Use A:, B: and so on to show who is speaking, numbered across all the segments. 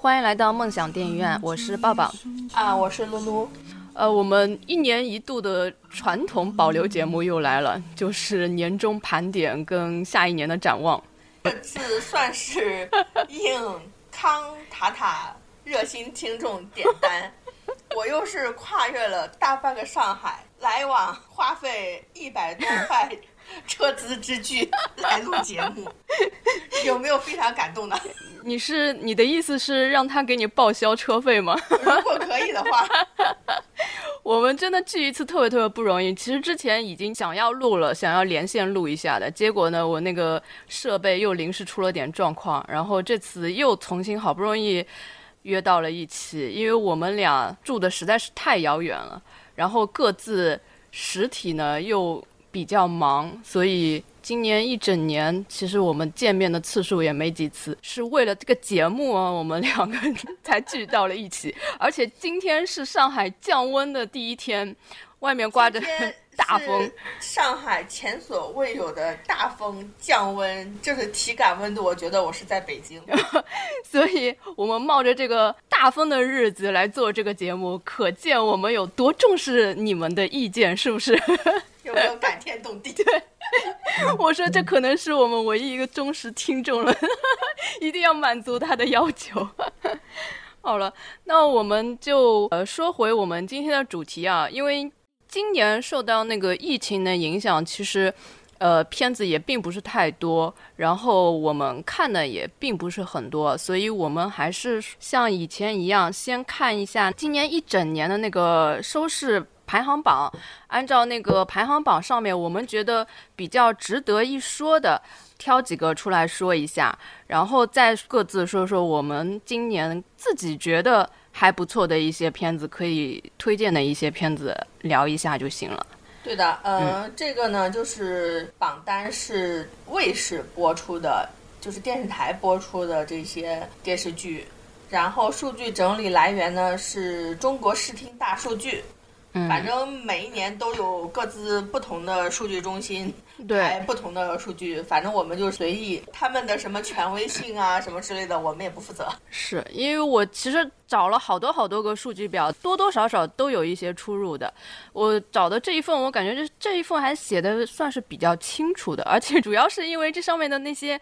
A: 欢迎来到梦想电影院，我是抱抱。
B: 啊，我是露露。
A: 呃，我们一年一度的传统保留节目又来了，就是年终盘点跟下一年的展望。
B: 这次算是应康塔塔热心听众点单， 我又是跨越了大半个上海，来往花费一百多块车资之巨来录节目，有没有非常感 动的？
A: 你是你的意思是让他给你报销车费吗？
B: 如果可以的话，
A: 我们真的聚一次特别特别不容易。其实之前已经想要录了，想要连线录一下的，结果呢，我那个设备又临时出了点状况，然后这次又重新好不容易约到了一起，因为我们俩住的实在是太遥远了，然后各自实体呢又比较忙，所以。今年一整年，其实我们见面的次数也没几次，是为了这个节目啊，我们两个人才聚到了一起。而且今天是上海降温的第一天，外面刮着
B: 今天
A: 大风，
B: 是上海前所未有的大风降温，就是体感温度，我觉得我是在北京。
A: 所以我们冒着这个大风的日子来做这个节目，可见我们有多重视你们的意见，是不是？
B: 有没有感天动地？
A: 我说这可能是我们唯一一个忠实听众了， 一定要满足他的要求。 好了，那我们就呃说回我们今天的主题啊，因为今年受到那个疫情的影响，其实呃片子也并不是太多，然后我们看的也并不是很多，所以我们还是像以前一样，先看一下今年一整年的那个收视排行榜，按照那个排行榜上面，我们觉得比较值得一说的，挑几个出来说一下，然后再各自说说我们今年自己觉得还不错的一些片子，可以推荐的一些片子聊一下就行了。
B: 对的，
A: 嗯
B: 呃，这个呢，就是榜单是卫视播出的，就是电视台播出的这些电视剧，然后数据整理来源呢是中国视听大数据，反
A: 嗯，
B: 正每一年都有各自不同的数据中心排
A: 对，
B: 不同的数据，反正我们就随意他们的什么权威性啊什么之类的，我们也不负责。
A: 是因为我其实找了好多好多个数据表，多多少少都有一些出入的。我找的这一份，我感觉这这一份还写的算是比较清楚的，而且主要是因为这上面的那些，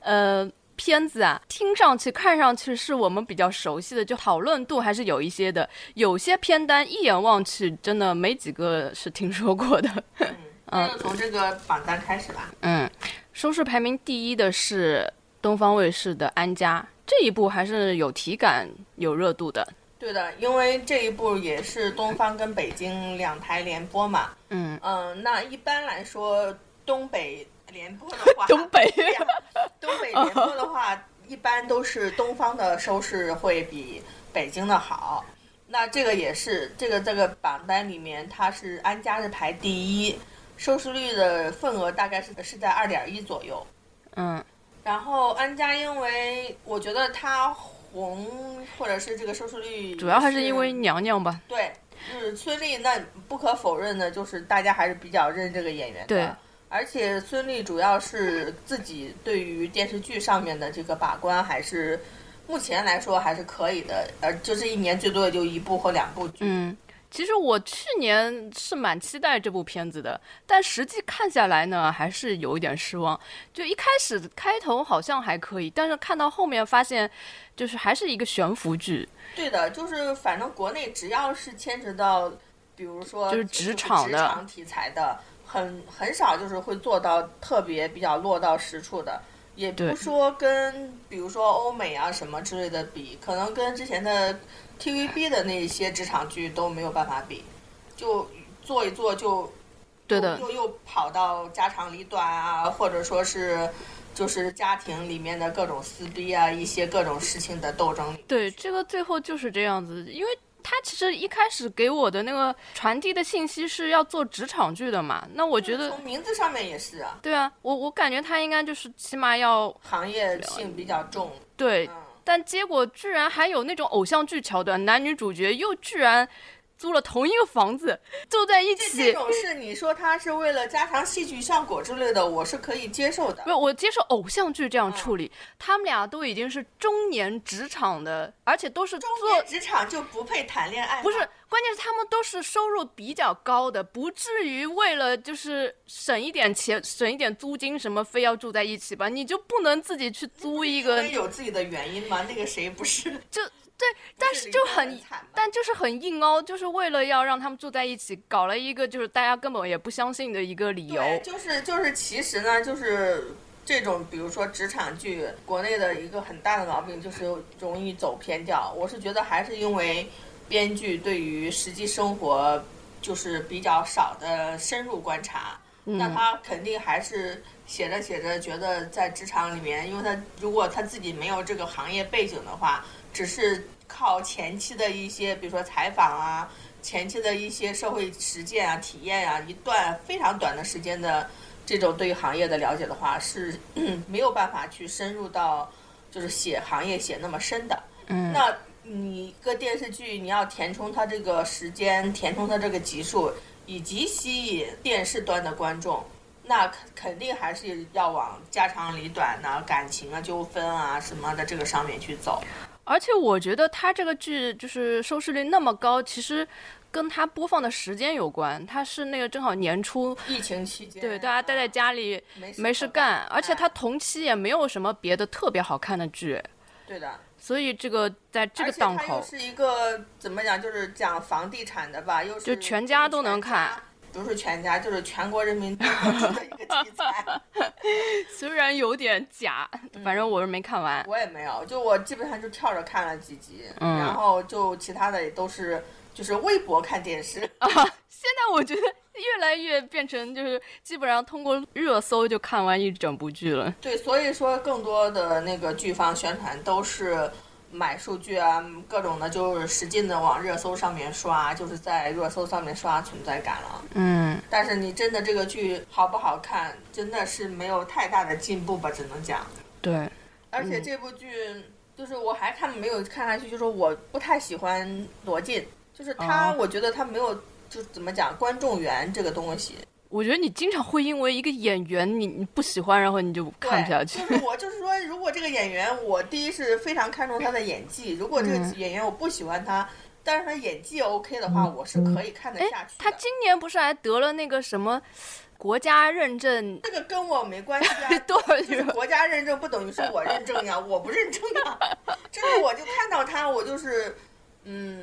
A: 呃。片子啊，听上去、看上去是我们比较熟悉的，就讨论度还是有一些的。有些片单一眼望去，真的没几个是听说过的。
B: 那就从这个榜单开始吧。
A: 嗯，收视排名第一的是东方卫视的《安家》，这一部还是有体感、有热度的。
B: 对的，因为这一部也是东方跟北京两台联播嘛。
A: 嗯，
B: 嗯，那一般来说，东北联播的 话
A: 东北
B: 对呀东北联播的话，一般都是东方的收视会比北京的好。那这个也是，这个这个榜单里面，它是安家是排第一，收视率的份额大概是是在二点一左右。
A: 嗯
B: 然后安家，因为我觉得它红或者是这个收视率，
A: 主要还是因为娘娘吧。
B: 对，就是孙俪，那不可否认的就是大家还是比较认这个演员的。
A: 对
B: 而且孙俪主要是自己对于电视剧上面的这个把关还是。目前来说还是可以的，呃，就是一年最多也就一部或两部剧。
A: 嗯，其实我去年是蛮期待这部片子的，但实际看下来呢，还是有一点失望。就一开始开头好像还可以，但是看到后面发现，就是还是一个悬浮剧。
B: 对的，就是反正国内只要是牵扯到，比如说
A: 就是职场的
B: 职场题材的，很很少就是会做到特别比较落到实处的，也
A: 对
B: 不说跟比如说欧美啊什么之类的比，可能跟之前的 TVB 的那些职场剧都没有办法比，就做一做就
A: 对的，
B: 又又跑到家长里短啊，或者说是就是家庭里面的各种撕逼啊，一些各种事情的斗争里。
A: 对，这个最后就是这样子，因为他其实一开始给我的那个传递的信息是要做职场剧的嘛，那我觉得
B: 从，名字上面也是啊，
A: 对啊，我我感觉他应该就是起码要
B: 行业性比较重。
A: 对
B: 嗯，
A: 但结果居然还有那种偶像剧桥段，男女主角又居然租了同一个房子住在一
B: 这
A: 起
B: 这，种事，你说他是为了加强戏剧效果之类的，我是可以接受的
A: 不。是我接受偶像剧
B: 嗯
A: 这样处理，他们俩都已经是中年职场的，而且都是做
B: 中年职场就不配谈恋爱吗，
A: 不是，关键是他们都是收入比较高的，不至于为了就是省一点钱、省一点租金什么，非要住在一起吧？你就不能自己去租一
B: 因
A: 个
B: 为有自己的原因吗？那个谁不是？
A: 就对，但是就很
B: 离婚很惨吗，
A: 但就是很硬凹，就是为了要让他们住在一起，搞了一个就是大家根本也不相信的一个理由。
B: 对，就是就是，其实呢，就是这种，比如说职场剧，国内的一个很大的毛病就是容易走偏调。我是觉得还是因为编剧对于实际生活就是比较少的深入观察。
A: 嗯
B: 那他肯定还是写着写着，觉得在职场里面，因为他如果他自己没有这个行业背景的话，只是靠前期的一些，比如说采访啊，前期的一些社会实践啊、体验啊，一段非常短的时间的这种对于行业的了解的话，是 没有办法去深入到就是写行业写那么深的。
A: 嗯
B: 那你一个电视剧，你要填充它这个时间，填充它这个集数，以及吸引电视端的观众，那肯肯定还是要往家长里短呐、感情啊、纠纷啊什么的这个上面去走。
A: 而且我觉得他这个剧就是收视率那么高，其实跟他播放的时间有关，他是那个正好年初。
B: 疫情期间，
A: 对，大家待在家里
B: 没事
A: 没事
B: 可
A: 干，而且他
B: 哎
A: 同期也没有什么别的特别好看的剧，
B: 对的，
A: 所以这个在这个档
B: 而且它又
A: 口，
B: 是一个怎么讲，就是讲房地产的吧，又是
A: 就全家都能看
B: 全家。不是全家，就是全国人民都关注的一个题 材。
A: 虽然有点假，反正我是没看完。
B: 我也没有，就我基本上就跳着看了几集，
A: 嗯
B: 然后就其他的也都是就是微博看电视。
A: 现在我觉得越来越变成就是基本上通过热搜就看完一整部剧了。
B: 对，所以说更多的那个剧方宣传都是买数据啊，各种的，就是使劲的往热搜上面刷，就是在热搜上面刷存在感了。
A: 嗯，
B: 但是你真的这个剧好不好看，真的是没有太大的进步吧，只能讲。
A: 对，
B: 而
A: 嗯
B: 且这部剧就是我还看没有看下去，就是我不太喜欢罗晋，就是他，
A: 哦
B: 我觉得他没有就是怎么讲观众缘这个东西。
A: 我觉得你经常会因为一个演员你你不喜欢，然后你就看不下去。
B: 对就是我就是说，如果这个演员，我第一是非常看重他的演技，如果这个
A: 嗯
B: 演员我不喜欢他，但是他演技 OK 的话，我是可以看得下去的。
A: 哎他今年不是还得了那个什么国家认证？
B: 这个跟我没关系 啊， 就是
A: 对，
B: 国家认证不等于是我认证呀，我不认证呀。就是我就看到他，我就是，嗯，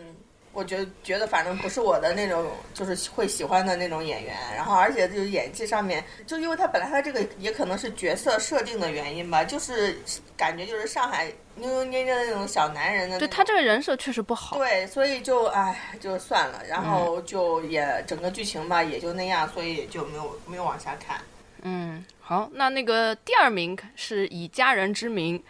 B: 我觉得觉得反正不是我的那种，就是会喜欢的那种演员。然后而且就是演技上面，就因为他本来他这个也可能是角色设定的原因吧，就是感觉就是上海扭扭捏捏的那种小男人的那种。
A: 对他这个人设确实不好。
B: 对，所以就唉，就算了，
A: 嗯
B: 然后就也、整个剧情吧，也就那样，所以也就没有没有往下看。
A: 嗯，好，那那个第二名是以家人之名，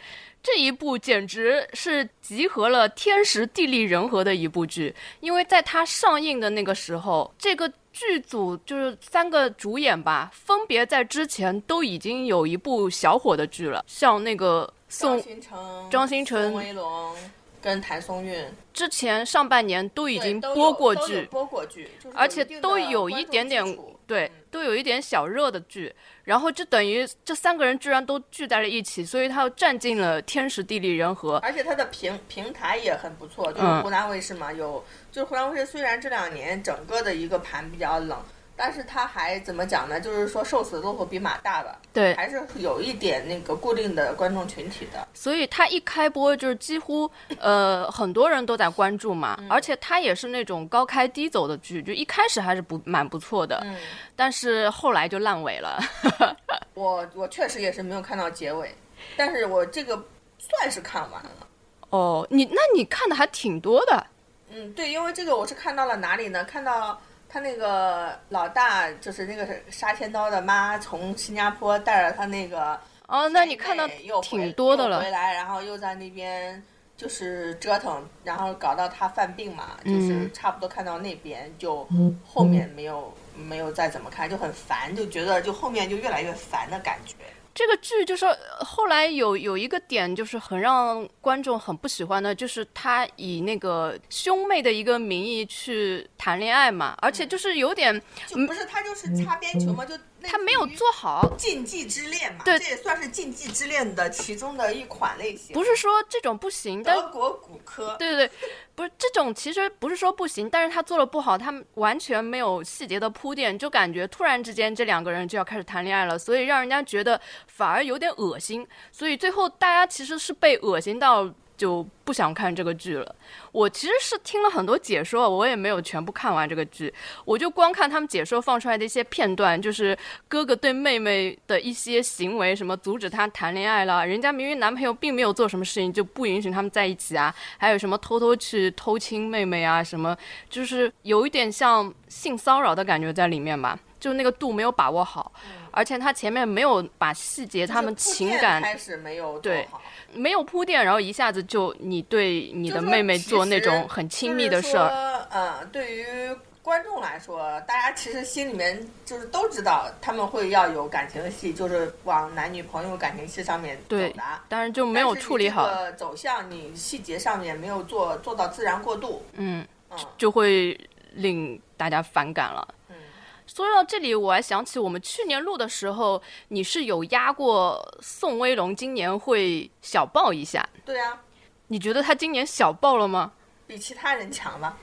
A: 这一部简直是集合了天时地利人和的一部剧，因为在它上映的那个时候，这个。剧组就是三个主演吧，分别在之前都已经有一部小火的剧了，像那个
B: 张
A: 宋
B: 新成、
A: 张新成
B: 宋威龙跟谭松韵
A: 之前上半年都已
B: 对
A: 经
B: 都有
A: 播过
B: 都有
A: 剧，
B: 播过剧，就是
A: 而且
B: 定
A: 都
B: 的
A: 有
B: 观
A: 一
B: 众
A: 点
B: 基
A: 点
B: 础嗯
A: 对，都有一点小热的剧，然后就等于这三个人居然都聚在了一起，所以他又占尽了天时地利人和。
B: 而且它的平平台也很不错，就是
A: 嗯
B: 湖南卫视嘛，有就是湖南卫视虽然这两年整个的一个盘比较冷，但是它还怎么讲呢？就是说瘦死的骆驼比马大吧，
A: 对，
B: 还是有一点那个固定的观众群体的。
A: 所以他一开播就是几乎呃很多人都在关注嘛，
B: 嗯
A: 而且他也是那种高开低走的剧，就一开始还是不蛮不错的，
B: 嗯，
A: 但是后来就烂尾了。
B: 我我确实也是没有看到结尾，但是我这个算是看完了。
A: 哦，你那你看的还挺多的，
B: 嗯，对，因为这个我是看到了哪里呢？看到他那个老大，就是那个杀千刀的妈，从新加坡带着他那个
A: 哦，那你看到
B: 妹妹又回
A: 挺多的
B: 又
A: 了
B: 回来，然后又在那边就是折腾，然后搞到他犯病嘛，就
A: 嗯
B: 是差不多看到那边就后面没有没有再怎么看，就很烦，就觉得就后面就越来越烦的感觉。
A: 这个剧就是呃后来有有一个点，就是很让观众很不喜欢的，就是他以那个兄妹的一个名义去谈恋爱嘛，而且就是有点
B: 就不是他就是擦边球嘛，就嗯类
A: 嗯他没有
B: 似于
A: 做好，
B: 禁忌之恋嘛，
A: 对
B: 这也算是禁忌之恋的其中的一款类型。
A: 不是说这种不行，但
B: 德国骨科，
A: 对对对，不是这种，其实不是说不行，但是他做的不好，他们完全没有细节的铺垫，就感觉突然之间这两个人就要开始谈恋爱了，所以让人家觉得反而有点恶心，所以最后大家其实是被恶心到就不想看这个剧了。我其实是听了很多解说，我也没有全部看完这个剧，我就光看他们解说放出来的一些片段，就是哥哥对妹妹的一些行为，什么阻止她谈恋爱啦，人家明明男朋友并没有做什么事情，就不允许他们在一起啊，还有什么偷偷去偷亲妹妹啊，什么就是有一点像性骚扰的感觉在里面吧，就那个度没有把握好，而且他前面没有把细节他们
B: 嗯就是铺
A: 情
B: 垫
A: 感
B: 开始没有做
A: 对
B: 好，
A: 没有铺垫，然后一下子就你对你的妹妹做那种很亲密的事儿，
B: 儿。嗯，对于观众来说，大家其实心里面就是都知道他们会要有感情戏，就是往男女朋友感情戏上面走
A: 对
B: 的。，啊
A: 但是就没有处理好，
B: 但是你这个走向，你细节上面没有做做到自然过渡。
A: 嗯，
B: 嗯
A: 就会令大家反感了。
B: 嗯，
A: 说到这里，我还想起我们去年录的时候，你是有压过宋威龙，今年会小爆一下。
B: 对啊，
A: 你觉得他今年小爆了吗？
B: 比其他人强吧。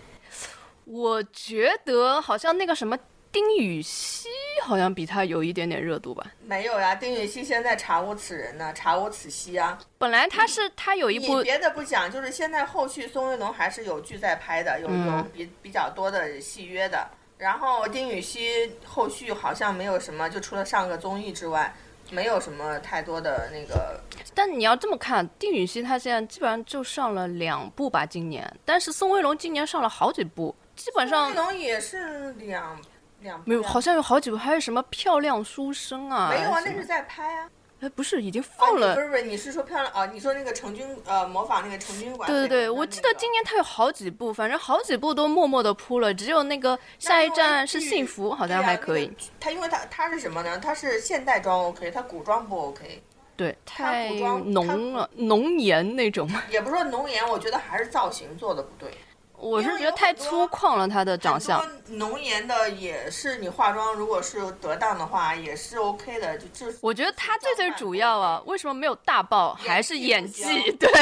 A: 我觉得好像那个什么丁禹兮，好像比他有一点点热度吧。
B: 没有呀，丁禹兮现在查无此人呢，查无此兮啊！
A: 本来他是他有一
B: 你
A: 部
B: 别的不讲，就是现在后续宋威龙还是有剧在拍的，有有
A: 嗯
B: 比比较多的戏约的。然后丁禹兮后续好像没有什么，就除了上个综艺之外，没有什么太多的那个。
A: 但你要这么看，丁禹兮他现在基本上就上了两部吧，今年。但是宋威龙今年上了好几部，基本
B: 宋
A: 上
B: 威龙也是两两
A: 没有，
B: 两
A: 好像有好几部，还有什么漂亮书生啊？
B: 没有啊，那
A: 什么
B: 是在拍啊。
A: 哎，不是已经
B: 哦，
A: 放
B: 你
A: 了
B: 不？是不是，你是说漂亮啊？你说那个成军呃，模仿那个成军馆绯
A: 对
B: 闻的那个。
A: 对对，我记得今年他有好几部，反正好几部都默默的铺了，只有那个下一站是幸福，好像还可以
B: 对。啊那个他因为他他是什么呢？他是现代装 OK，他古装不 OK，
A: 对，
B: 他
A: 太
B: 古装他
A: 浓了，浓颜那 种。
B: 也不是说浓颜，我觉得还是造型做的不对。
A: 我是
B: 因为
A: 觉
B: 有
A: 得太
B: 很
A: 粗
B: 多
A: 犷了，他的长相。
B: 很多浓颜的也是你化妆，如果是得当的话，也是 OK 的。就就是
A: 我觉得他最最主要啊，为什么没有大爆，还是演
B: 演技不
A: 技？
B: 行
A: 对，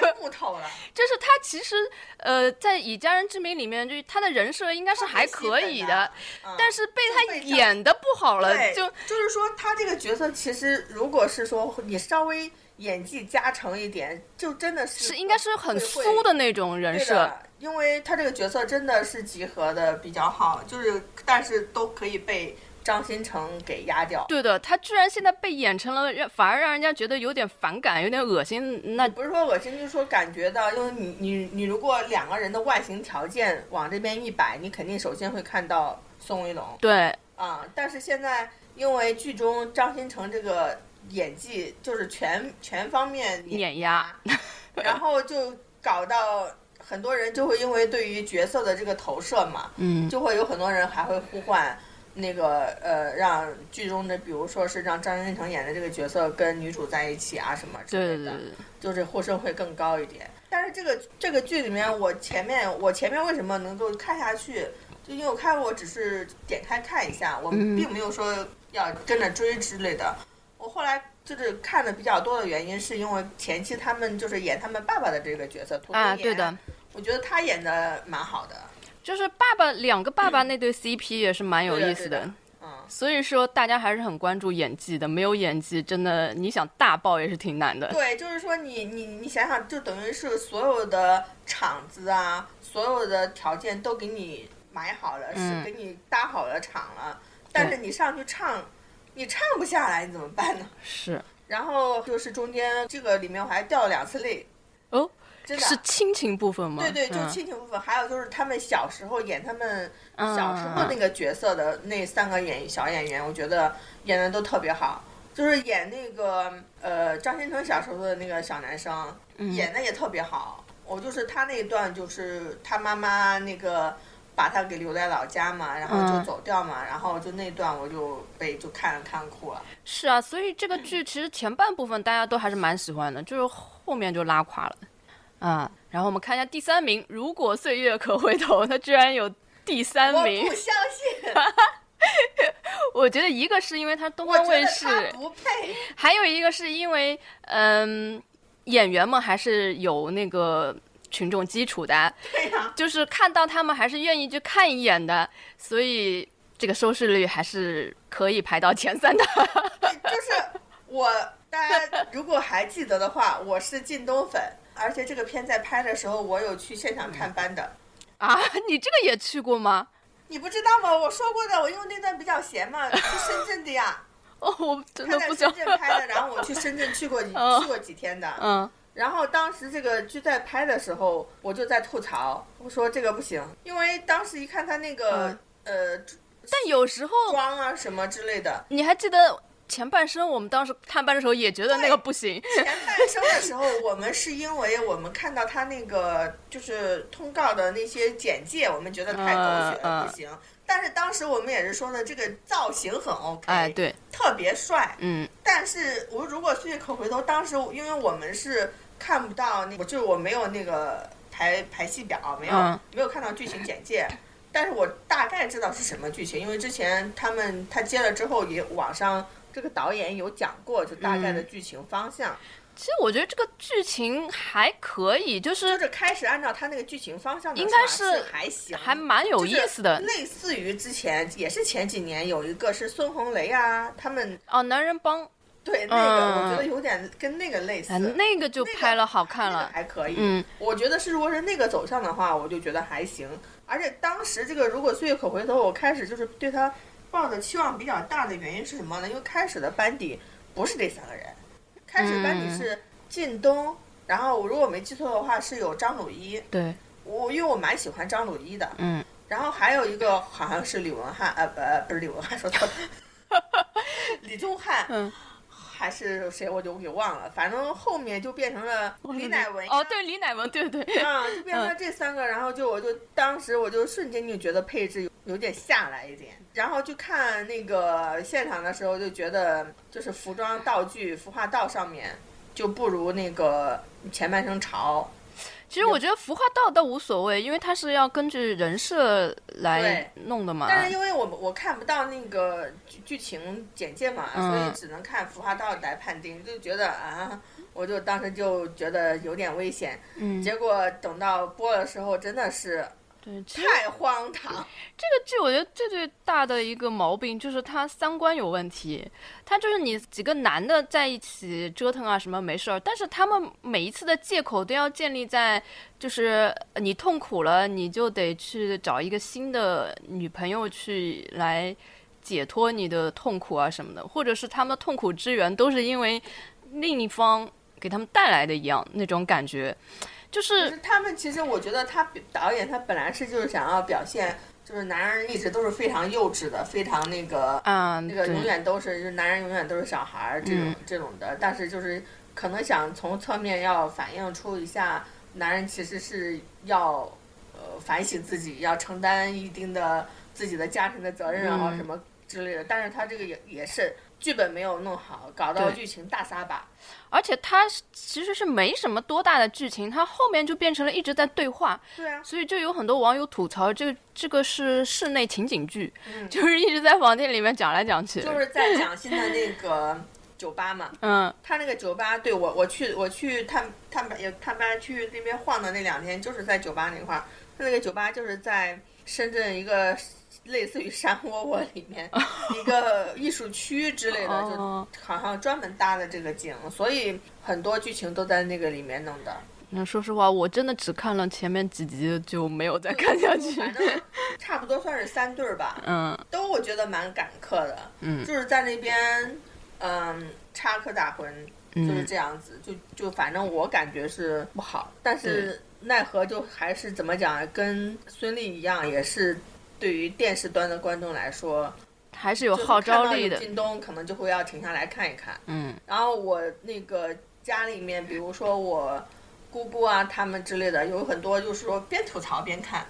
B: 太木头了，
A: 就是他其实呃，在《以家人之名》里面，就是他的人设应该是还可以的，
B: 嗯
A: 但是被
B: 就
A: 他
B: 被
A: 演的不好了，
B: 对，
A: 就
B: 就是说他这个角色其实如果是说你稍微演技加成一点，就真的是
A: 是应该是很
B: 会会
A: 酥的那种人
B: 对
A: 设。
B: 的，因为他这个角色真的是集合的比较好，就是但是都可以被张新成给压掉。
A: 对的，他居然现在被演成了，让反而让人家觉得有点反感，有点恶心。那
B: 不是说恶心，就是说感觉到，因为你你你如果两个人的外形条件往这边一摆，你肯定首先会看到宋威龙
A: 对
B: 啊、但是现在因为剧中张新成这个演技就是全全方面
A: 碾压，
B: 然后就搞到很多人就会因为对于角色的这个投射嘛，
A: 嗯，
B: 就会有很多人还会呼唤那个呃，让剧中的，比如说是让张新成演的这个角色跟女主在一起啊什么之
A: 对
B: 类
A: 对
B: 的，
A: 对对，
B: 就是呼声会更高一点。但是这个这个剧里面，我前面我前面为什么能够看下去？就因为我看我只是点开看一下，我
A: 嗯
B: 并没有说要跟着追之类的。我后来就是看的比较多的原因，是因为前期他们就是演他们爸爸的这个角色，涂
A: 啊，
B: 冬野
A: 对的，，
B: 我觉得他演的蛮好的。
A: 就是爸爸两个爸爸那对 CP 也是蛮有
B: 对的
A: 意思
B: 对的嗯，
A: 所以说大家还是很关注演技的，没有演技真的你想大爆也是挺难 的。
B: 对，就是说你你你想想，就等于是所有的场子啊，所有的条件都给你买好了，
A: 嗯
B: 是给你搭好了场了，但是你上去唱，你唱不下来，你怎么办呢？
A: 是
B: 然后就是中间这个里面我还掉了两次泪，
A: 哦，
B: 真的。
A: 是亲情部分吗？
B: 对对，就是
A: 嗯
B: 亲情部分，还有就是他们小时候演他们小时
A: 嗯
B: 候那个角色的那三个演小演员，我觉得演的都特别好。就是演那个呃张新成小时候的那个小男生，演的也特别好。我就是他那一段，就是他妈妈那个把他给留在老家嘛，然后就走掉嘛，然后就那段我就被就看看哭了。
A: 是啊，所以这个剧其实前半部分大家都还是蛮喜欢的，就是后面就拉垮了，啊、然后我们看一下第三名，如果岁月可回头，它居然有第三
B: 我
A: 名
B: 不，相信，
A: 我觉得一个是因为它东
B: 我
A: 方
B: 觉
A: 卫
B: 得
A: 视，
B: 他不配。
A: 还有一个是因为，嗯，演员们还是有那个群众基础的，
B: 对呀、
A: 就是看到他们还是愿意去看一眼的，所以这个收视率还是可以排到前三的。
B: 就是我，大家如果还记得的话，我是靳东粉，而且这个片在拍的时候，我有去现场探班的。
A: 啊，你这个也去过吗？
B: 你不知道吗？我说过的，我因为那段比较闲嘛，去深圳的 呀，
A: 哦，我真
B: 他
A: 的
B: 在
A: 不知道
B: 深。圳拍的，然后我去深圳去过 几
A: 哦
B: 去过几天的。
A: 嗯，
B: 然后当时这个剧在拍的时候，我就在吐槽，我说这个不行，因为当时一看他那个、
A: 嗯
B: 呃
A: 但有时候
B: 妆啊什么之类的，
A: 你还记得前半生，我们当时探班的时候也觉得那个不行。
B: 前半生的时候，我们是因为我们看到他那个就是通告的那些简介，我们觉得太狗血
A: 嗯
B: 了，
A: 嗯
B: 不行。但是当时我们也是说呢，这个造型很 OK，
A: 哎，，对，
B: 特别帅。
A: 嗯
B: 但是我如果岁月可回头，当时因为我们是看不到那，我就是我没有那个排排戏表，没有、
A: 嗯
B: 没有看到剧情简介。但是我大概知道是什么剧情，因为之前他们他接了之后也网上这个导演有讲过，就大概的
A: 嗯
B: 剧情方向。
A: 其实我觉得这个剧情还可以，就是
B: 就是开始按照他那个剧情方向的话，
A: 应该
B: 是
A: 是
B: 还行，
A: 还蛮有意思的。
B: 类似于之前也是前几年有一个是孙红雷啊，他们
A: 哦，男人帮
B: 对那个、
A: 嗯
B: 我觉得有点跟那个类似，
A: 啊，
B: 那
A: 那个就
B: 那个
A: 拍了好看
B: 个
A: 了。
B: 还可以。
A: 嗯，
B: 我觉得是如果是那个走向的话，我就觉得还行。而且当时这个如果岁月可回头，我开始就是对他抱的期望比较大的原因是什么呢？因为开始的班底不是这三个人，开始班底
A: 嗯
B: 是靳东，然后我如果没记错的话是有张鲁一。
A: 对，
B: 我因为我蛮喜欢张鲁一的，
A: 嗯，
B: 然后还有一个好像是李文翰，呃，不，不是李文翰，说错了，李宗翰，
A: 嗯，
B: 还是谁，我就给忘了，反正后面就变成了李乃文，
A: 哦，对，李乃文，对对，嗯
B: 啊，就变成了这三个，然后就我就当时我就瞬间就觉得配置有有点下来一点，然后就看那个现场的时候就觉得，就是服装、道具、服化道上面就不如那个前半生潮，
A: 其实我觉得服化道倒无所谓，因为它是要根据人设来弄的嘛。
B: 但是因为我们我看不到那个剧剧情简介嘛，
A: 嗯
B: 所以只能看服化道来判定，就觉得啊，我就当时就觉得有点危险。
A: 嗯，
B: 结果等到播的时候，真的是
A: 对，其实
B: 太荒唐。
A: 这个剧我觉得最最大的一个毛病就是它三观有问题，它就是你几个男的在一起折腾啊什么没事儿，但是他们每一次的借口都要建立在就是呃你痛苦了，你就得去找一个新的女朋友去来解脱你的痛苦啊什么的，或者是他们的痛苦之源都是因为另一方给他们带来的一样那种感觉，就
B: 就是是他们其实，我觉得他导演他本来是就是想要表现，就是男人一直都是非常幼稚的，非常那个
A: 啊，
B: 那个
A: 对
B: 永远都是，就是男人永远都是小孩儿这种、
A: 嗯
B: 这种的，但是就是可能想从侧面要反映出一下，男人其实是要呃反省自己，要承担一定的自己的家庭的责任啊、
A: 嗯
B: 什么之类的，但是他这个也也是剧本没有弄好，搞到
A: 对
B: 剧情大撒把，
A: 而且它是其实是没什么多大的剧情，它后面就变成了一直在对话，
B: 对啊，
A: 所以就有很多网友吐槽这个这个是室内情景剧，
B: 嗯
A: 就是一直在房间里面讲来讲去。
B: 就是在讲现在那个酒吧嘛，
A: 嗯
B: 他那个酒吧，对我我去我去探探班也探班去那边晃的那两天，就是在酒吧那块儿。他那个酒吧就是在深圳一个类似于山窝窝里 面一个艺术区之类的，就
A: 哦，
B: 好像专门搭的这个景，所以很多剧情都在那个里面弄的。
A: 那说实话，我真的只看了前面几集就没有再看下去。
B: 反正差不多算是三对儿吧，
A: 嗯
B: 都我觉得蛮赶客的，
A: 嗯
B: 就是在那边嗯插科打诨，就是
A: 嗯，
B: 这样子，就就反正我感觉是不好，但是奈何就还是怎么讲，跟孙俪一样，也是对于电视端的观众来说，
A: 还是有
B: 就是
A: 号召
B: 看到
A: 力
B: 有
A: 的。
B: 靳东可能就会要停下来看一看。
A: 嗯
B: 然后我那个家里面，比如说我姑姑啊他们之类的，有很多就是说边吐槽 边看，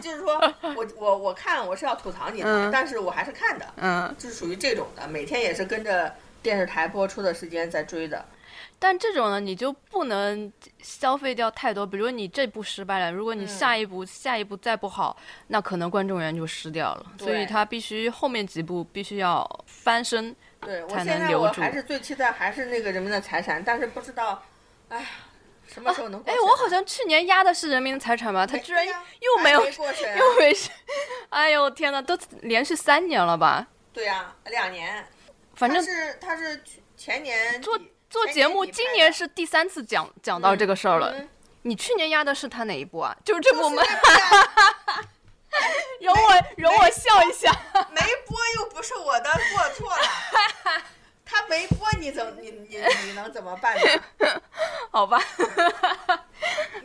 B: 就是说我我我看我是要吐槽你的
A: 嗯，
B: 但是我还是看的，
A: 嗯，
B: 就是属于这种的，每天也是跟着电视台播出的时间在追的。
A: 但这种呢，你就不能消费掉太多。比如你这步失败了，如果你下
B: 嗯
A: 一步、下一步再不好，那可能观众缘就失掉了。所以
B: 对
A: 他必须后面几步必须要翻身。
B: 对我
A: 才
B: 现
A: 能
B: 在
A: 留
B: 我
A: 住
B: 还是最期待还是那个人民的财产，但是不知道，哎呀，什么时候能过
A: 哎
B: 审？，
A: 我好像去年押的是人民的财产吧？他居然
B: 对呀
A: 又没有
B: 还没过审啊，
A: 又回事。 哎呦天哪，都连续三年了吧？
B: 对呀，两年，
A: 反正
B: 他是他是前年
A: 做
B: 底
A: 做
B: 前
A: 节目，
B: 底拍
A: 今
B: 的
A: 年是第三次讲讲到这个事儿了。
B: 嗯
A: 你去年压的是他哪一部啊？就是这部
B: 就
A: 吗？
B: 是那个
A: 容我容我笑一下。
B: 没播又不是我的过错了，他没播你怎么你你你能怎么办呢？
A: 好吧，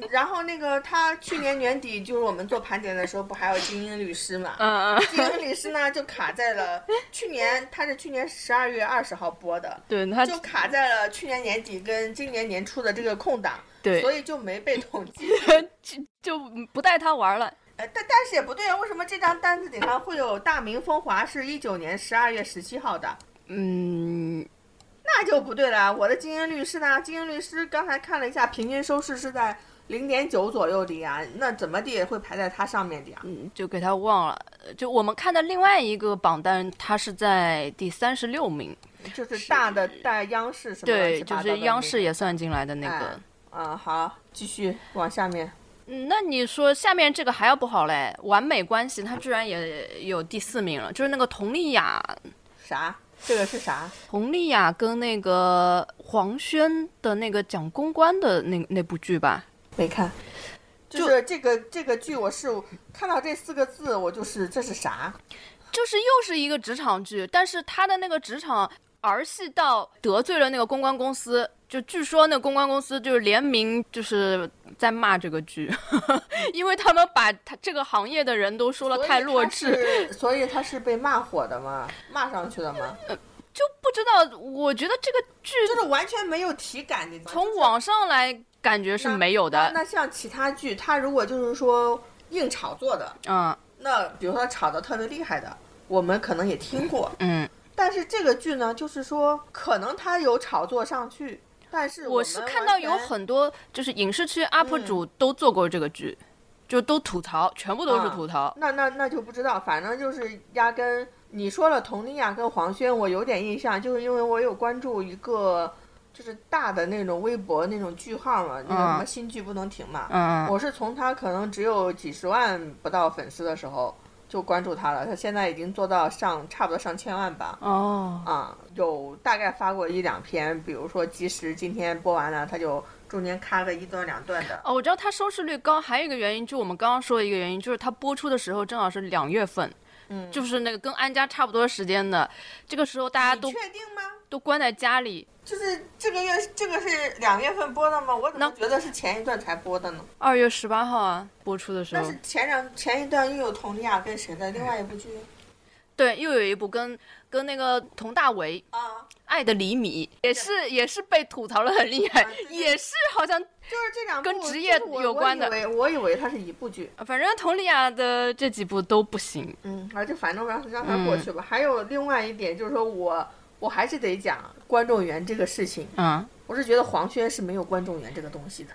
B: 然后那个他去年年底就是我们做盘点的时候，不还有精英律师嘛？
A: 嗯嗯，
B: 精英律师呢就卡在了去年，他是去年十二月二十号播的，
A: 对他
B: 就卡在了去年年底跟今年年初的这个空档，
A: 对
B: 所以就没被统计。
A: 就就不带他玩了。
B: 呃，但但是也不对啊，为什么这张单子顶上会有《大明风华》是一九年十二月十七号的？
A: 嗯，
B: 那就不对了。啊我的精英律师呢？精英律师刚才看了一下，平均收视是在零点九左右的呀，那怎么地也会排在它上面的呀？
A: 嗯就给他忘了。就我们看的另外一个榜单，他是在第三十六名，
B: 就是大的大央视什么乱
A: 对，
B: 七
A: 就
B: 八糟的
A: 是央视
B: 那
A: 也算进来的那
B: 个
A: 个。
B: 哎嗯，好，继续往下面。
A: 啊嗯那你说下面这个还要不好嘞？完美关系，它居然也有第四名了，就是那个佟丽娅，
B: 啥？这个是啥？
A: 佟丽娅跟那个黄轩的那个讲公关的那那部剧吧，
B: 没看。就是这个这个剧，我是看到这四个字，我就是这是啥？
A: 就是又是一个职场剧，但是他的那个职场儿戏到得罪了那个公关公司，就据说那个公关公司就是联名就是在骂这个剧， 因为他们把他这个行业的人都说了哦太弱智。
B: 智，所以他是被骂火的吗？骂上去的 吗？
A: 就不知道，我觉得这个剧
B: 就是完全没有体感，你知道吗
A: 从网上来感觉是没有的，
B: 那像其他剧，它如果就是说硬炒作的，
A: 嗯
B: 那比如说炒的特别厉害的，我们可能也听过。
A: 嗯，
B: 但是这个剧呢，就是说可能它有炒作上去，但是
A: 我
B: 们
A: 是看到有
B: 完全嗯
A: 很多就是影视区 UP 主都做过这个剧，就都吐槽，全部都
B: 嗯
A: 是吐槽，
B: 那那那就不知道，反正就是压根你说了佟丽娅跟黄轩，我有点印象，就是因为我有关注一个就是大的那种微博那种剧号嘛，那个什么新剧不能停嘛，
A: 嗯
B: 我是从他可能只有几十万不到粉丝的时候就关注他了，他现在已经做到上差不多上千万吧。
A: 哦，
B: 啊、有大概发过一两篇，比如说即使今天播完了，他就中间咔个一段两段的。
A: 哦，我知道它收视率高，还有一个原因，就我们刚刚说的一个原因，就是它播出的时候正好是两月份。
B: 嗯
A: 就是那个跟安家差不多时间的，这个时候大家
B: 你
A: 都
B: 确定吗？
A: 都关在家里。
B: 就是这个月，这个是两月份播的吗？我怎么觉得是前一段才播的呢？
A: 二月十八号啊，播出的时
B: 但
A: 候
B: 是，前两前一段又有佟丽娅跟谁的另外一部剧
A: 对，又有一部跟跟那个佟大为
B: 啊，
A: 《爱的厘米》也是也是被吐槽的很厉害
B: 啊，对
A: 也是好像
B: 就是这两部
A: 跟职业
B: 就是我
A: 有关的
B: 我以为我以为它是一部剧，
A: 反正佟丽娅的这几部都不行。
B: 嗯，而且反正让让它
A: 嗯
B: 过去吧。还有另外一点就是说我我还是得讲观众缘这个事情，
A: 嗯，
B: 我是觉得黄轩是没有观众缘这个东西的，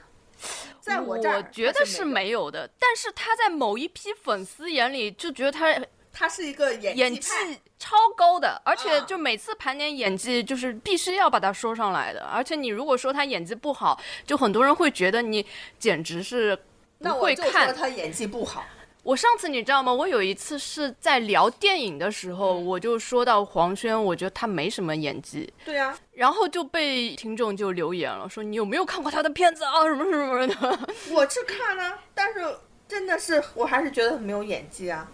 B: 在
A: 我
B: 这儿
A: 觉得
B: 他
A: 是
B: 是
A: 没有的，但是他在某一批粉丝眼里就觉得他
B: 他是一个演
A: 演
B: 技
A: 技
B: 派
A: 超高的，而且
B: 嗯
A: 就每次盘点演技就是必须要把他说上来的，而且你如果说他演技不好，就很多人会觉得你简直是。不
B: 那我
A: 会
B: 就
A: 看
B: 说，他演技不好，
A: 我上次你知道吗？我有一次是在聊电影的时
B: 嗯
A: 候，我就说到黄轩，我觉得他没什么演技，
B: 对啊呀、
A: 然后就被听众就留言了，说你有没有看过他的片子啊？什么什么什么 的。
B: 我去看了，但是真的是，我还是觉得他没有演技啊。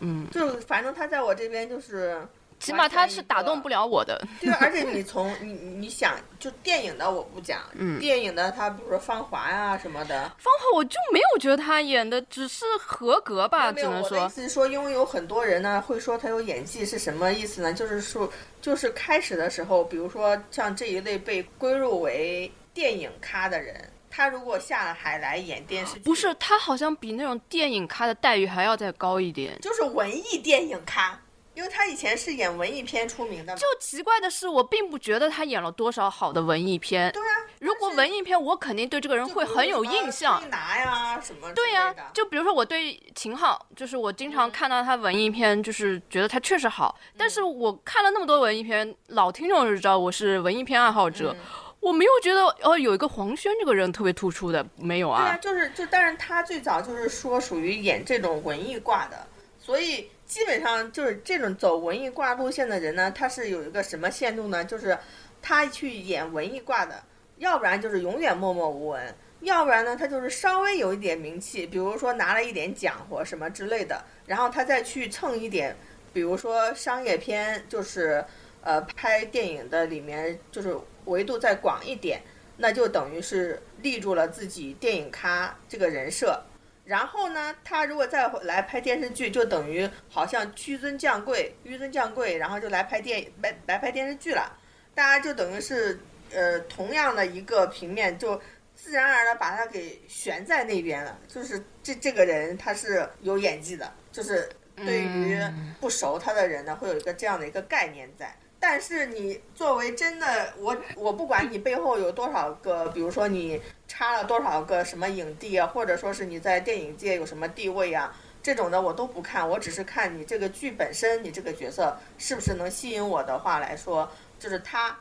A: 嗯，
B: 就反正他在我这边就是，
A: 起码他是打动不了我的。
B: 对，啊而且你从你你你想，就电影的我不讲，
A: 嗯
B: 电影的他比如说《芳华》呀什么的，
A: 方浩，我就没有觉得他演的只是合格吧，
B: 没
A: 只
B: 有
A: 能
B: 我的意
A: 说，
B: 思是说，因为有很多人呢会说他有演技是什么意思呢？就是说，就是开始的时候，比如说像这一类被归入为电影咖的人，他如果下了海来演电视剧，
A: 不是，他好像比那种电影咖的待遇还要再高一点。
B: 就是文艺电影咖，因为他以前是演文艺片出名的嘛
A: 就。奇怪的是，我并不觉得他演了多少好的文艺片。
B: 对啊，
A: 如果文艺片，我肯定对这个人
B: 就
A: 会
B: 比如
A: 很有
B: 什么
A: 印象
B: 推。拿呀什么之
A: 对呀、
B: 类的
A: 就比如说我对秦昊，就是我经常看到他文艺片，就是觉得他确实好。
B: 嗯
A: 但是我看了那么多文艺片，老听众就知道我是文艺片爱好者，
B: 嗯
A: 我没有觉得哦有一个黄轩这个人特别突出的，没有
B: 对
A: 啊
B: 啊，。就是就，但是他最早就是说属于演这种文艺挂的，所以基本上就是这种走文艺挂路线的人呢，他是有一个什么限度呢？就是他去演文艺挂的，要不然就是永远默默无闻，要不然呢，他就是稍微有一点名气，比如说拿了一点奖或什么之类的，然后他再去蹭一点，比如说商业片，就是呃拍电影的里面就是维度再广一点。那就等于是立住了自己电影咖这个人设。然后呢，他如果再回来拍电视剧，就等于好像屈尊降贵，纡尊降贵，然后就来拍电来来拍电视剧了。大家就等于是呃同样的一个平面，就自然而然的把他给悬在那边了。就是这这个人他是有演技的，就是对于不熟他的人呢，会有一个这样的一个概念在。但是你作为真的我，我不管你背后有多少个，比如说你插了多少个什么影帝啊，或者说是你在电影界有什么地位啊，这种的我都不看，我只是看你这个剧本身，你这个角色是不是能吸引我的话来说，就是他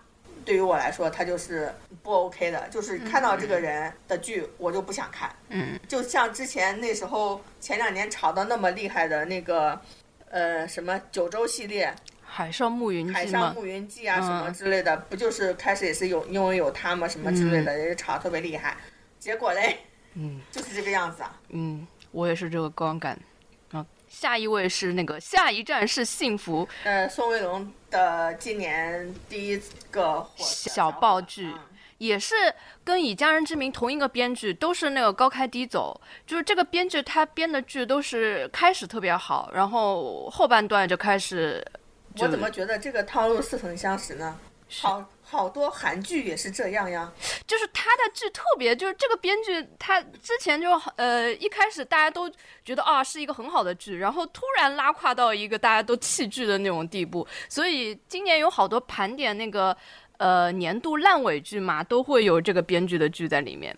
B: 对于我来说，他就是不 OK 的，就是看到这个人的剧，我就不想看。
A: 嗯，
B: 就像之前那时候前两年炒的那么厉害的那个，呃，什么九州系列，
A: 海上牧云
B: 海
A: 记
B: 上
A: 嘛，
B: 牧云记啊什么
A: 嗯
B: 之类的，不就是开始也是有因为有他嘛什么之类的，也是炒得特别厉害，结果嘞，
A: 嗯，
B: 就是这个样子啊。
A: 嗯，我也是这个观感。啊，下一位是那个下一站是幸福，
B: 呃，宋威龙的今年第一个火的
A: 小爆剧
B: 嗯
A: 也是跟《以家人之名》同一个编剧，都是那个高开低走。就是这个编剧他编的剧都是开始特别好，然后后半段就开始就
B: 我怎么觉得这个套路似曾相识呢？好好多韩剧也是这样呀。
A: 就是他的剧特别，就是这个编剧他之前就呃一开始大家都觉得啊是一个很好的剧，然后突然拉胯到一个大家都弃剧的那种地步，所以今年有好多盘点那个呃年度烂尾剧嘛，都会有这个编剧的剧在里面。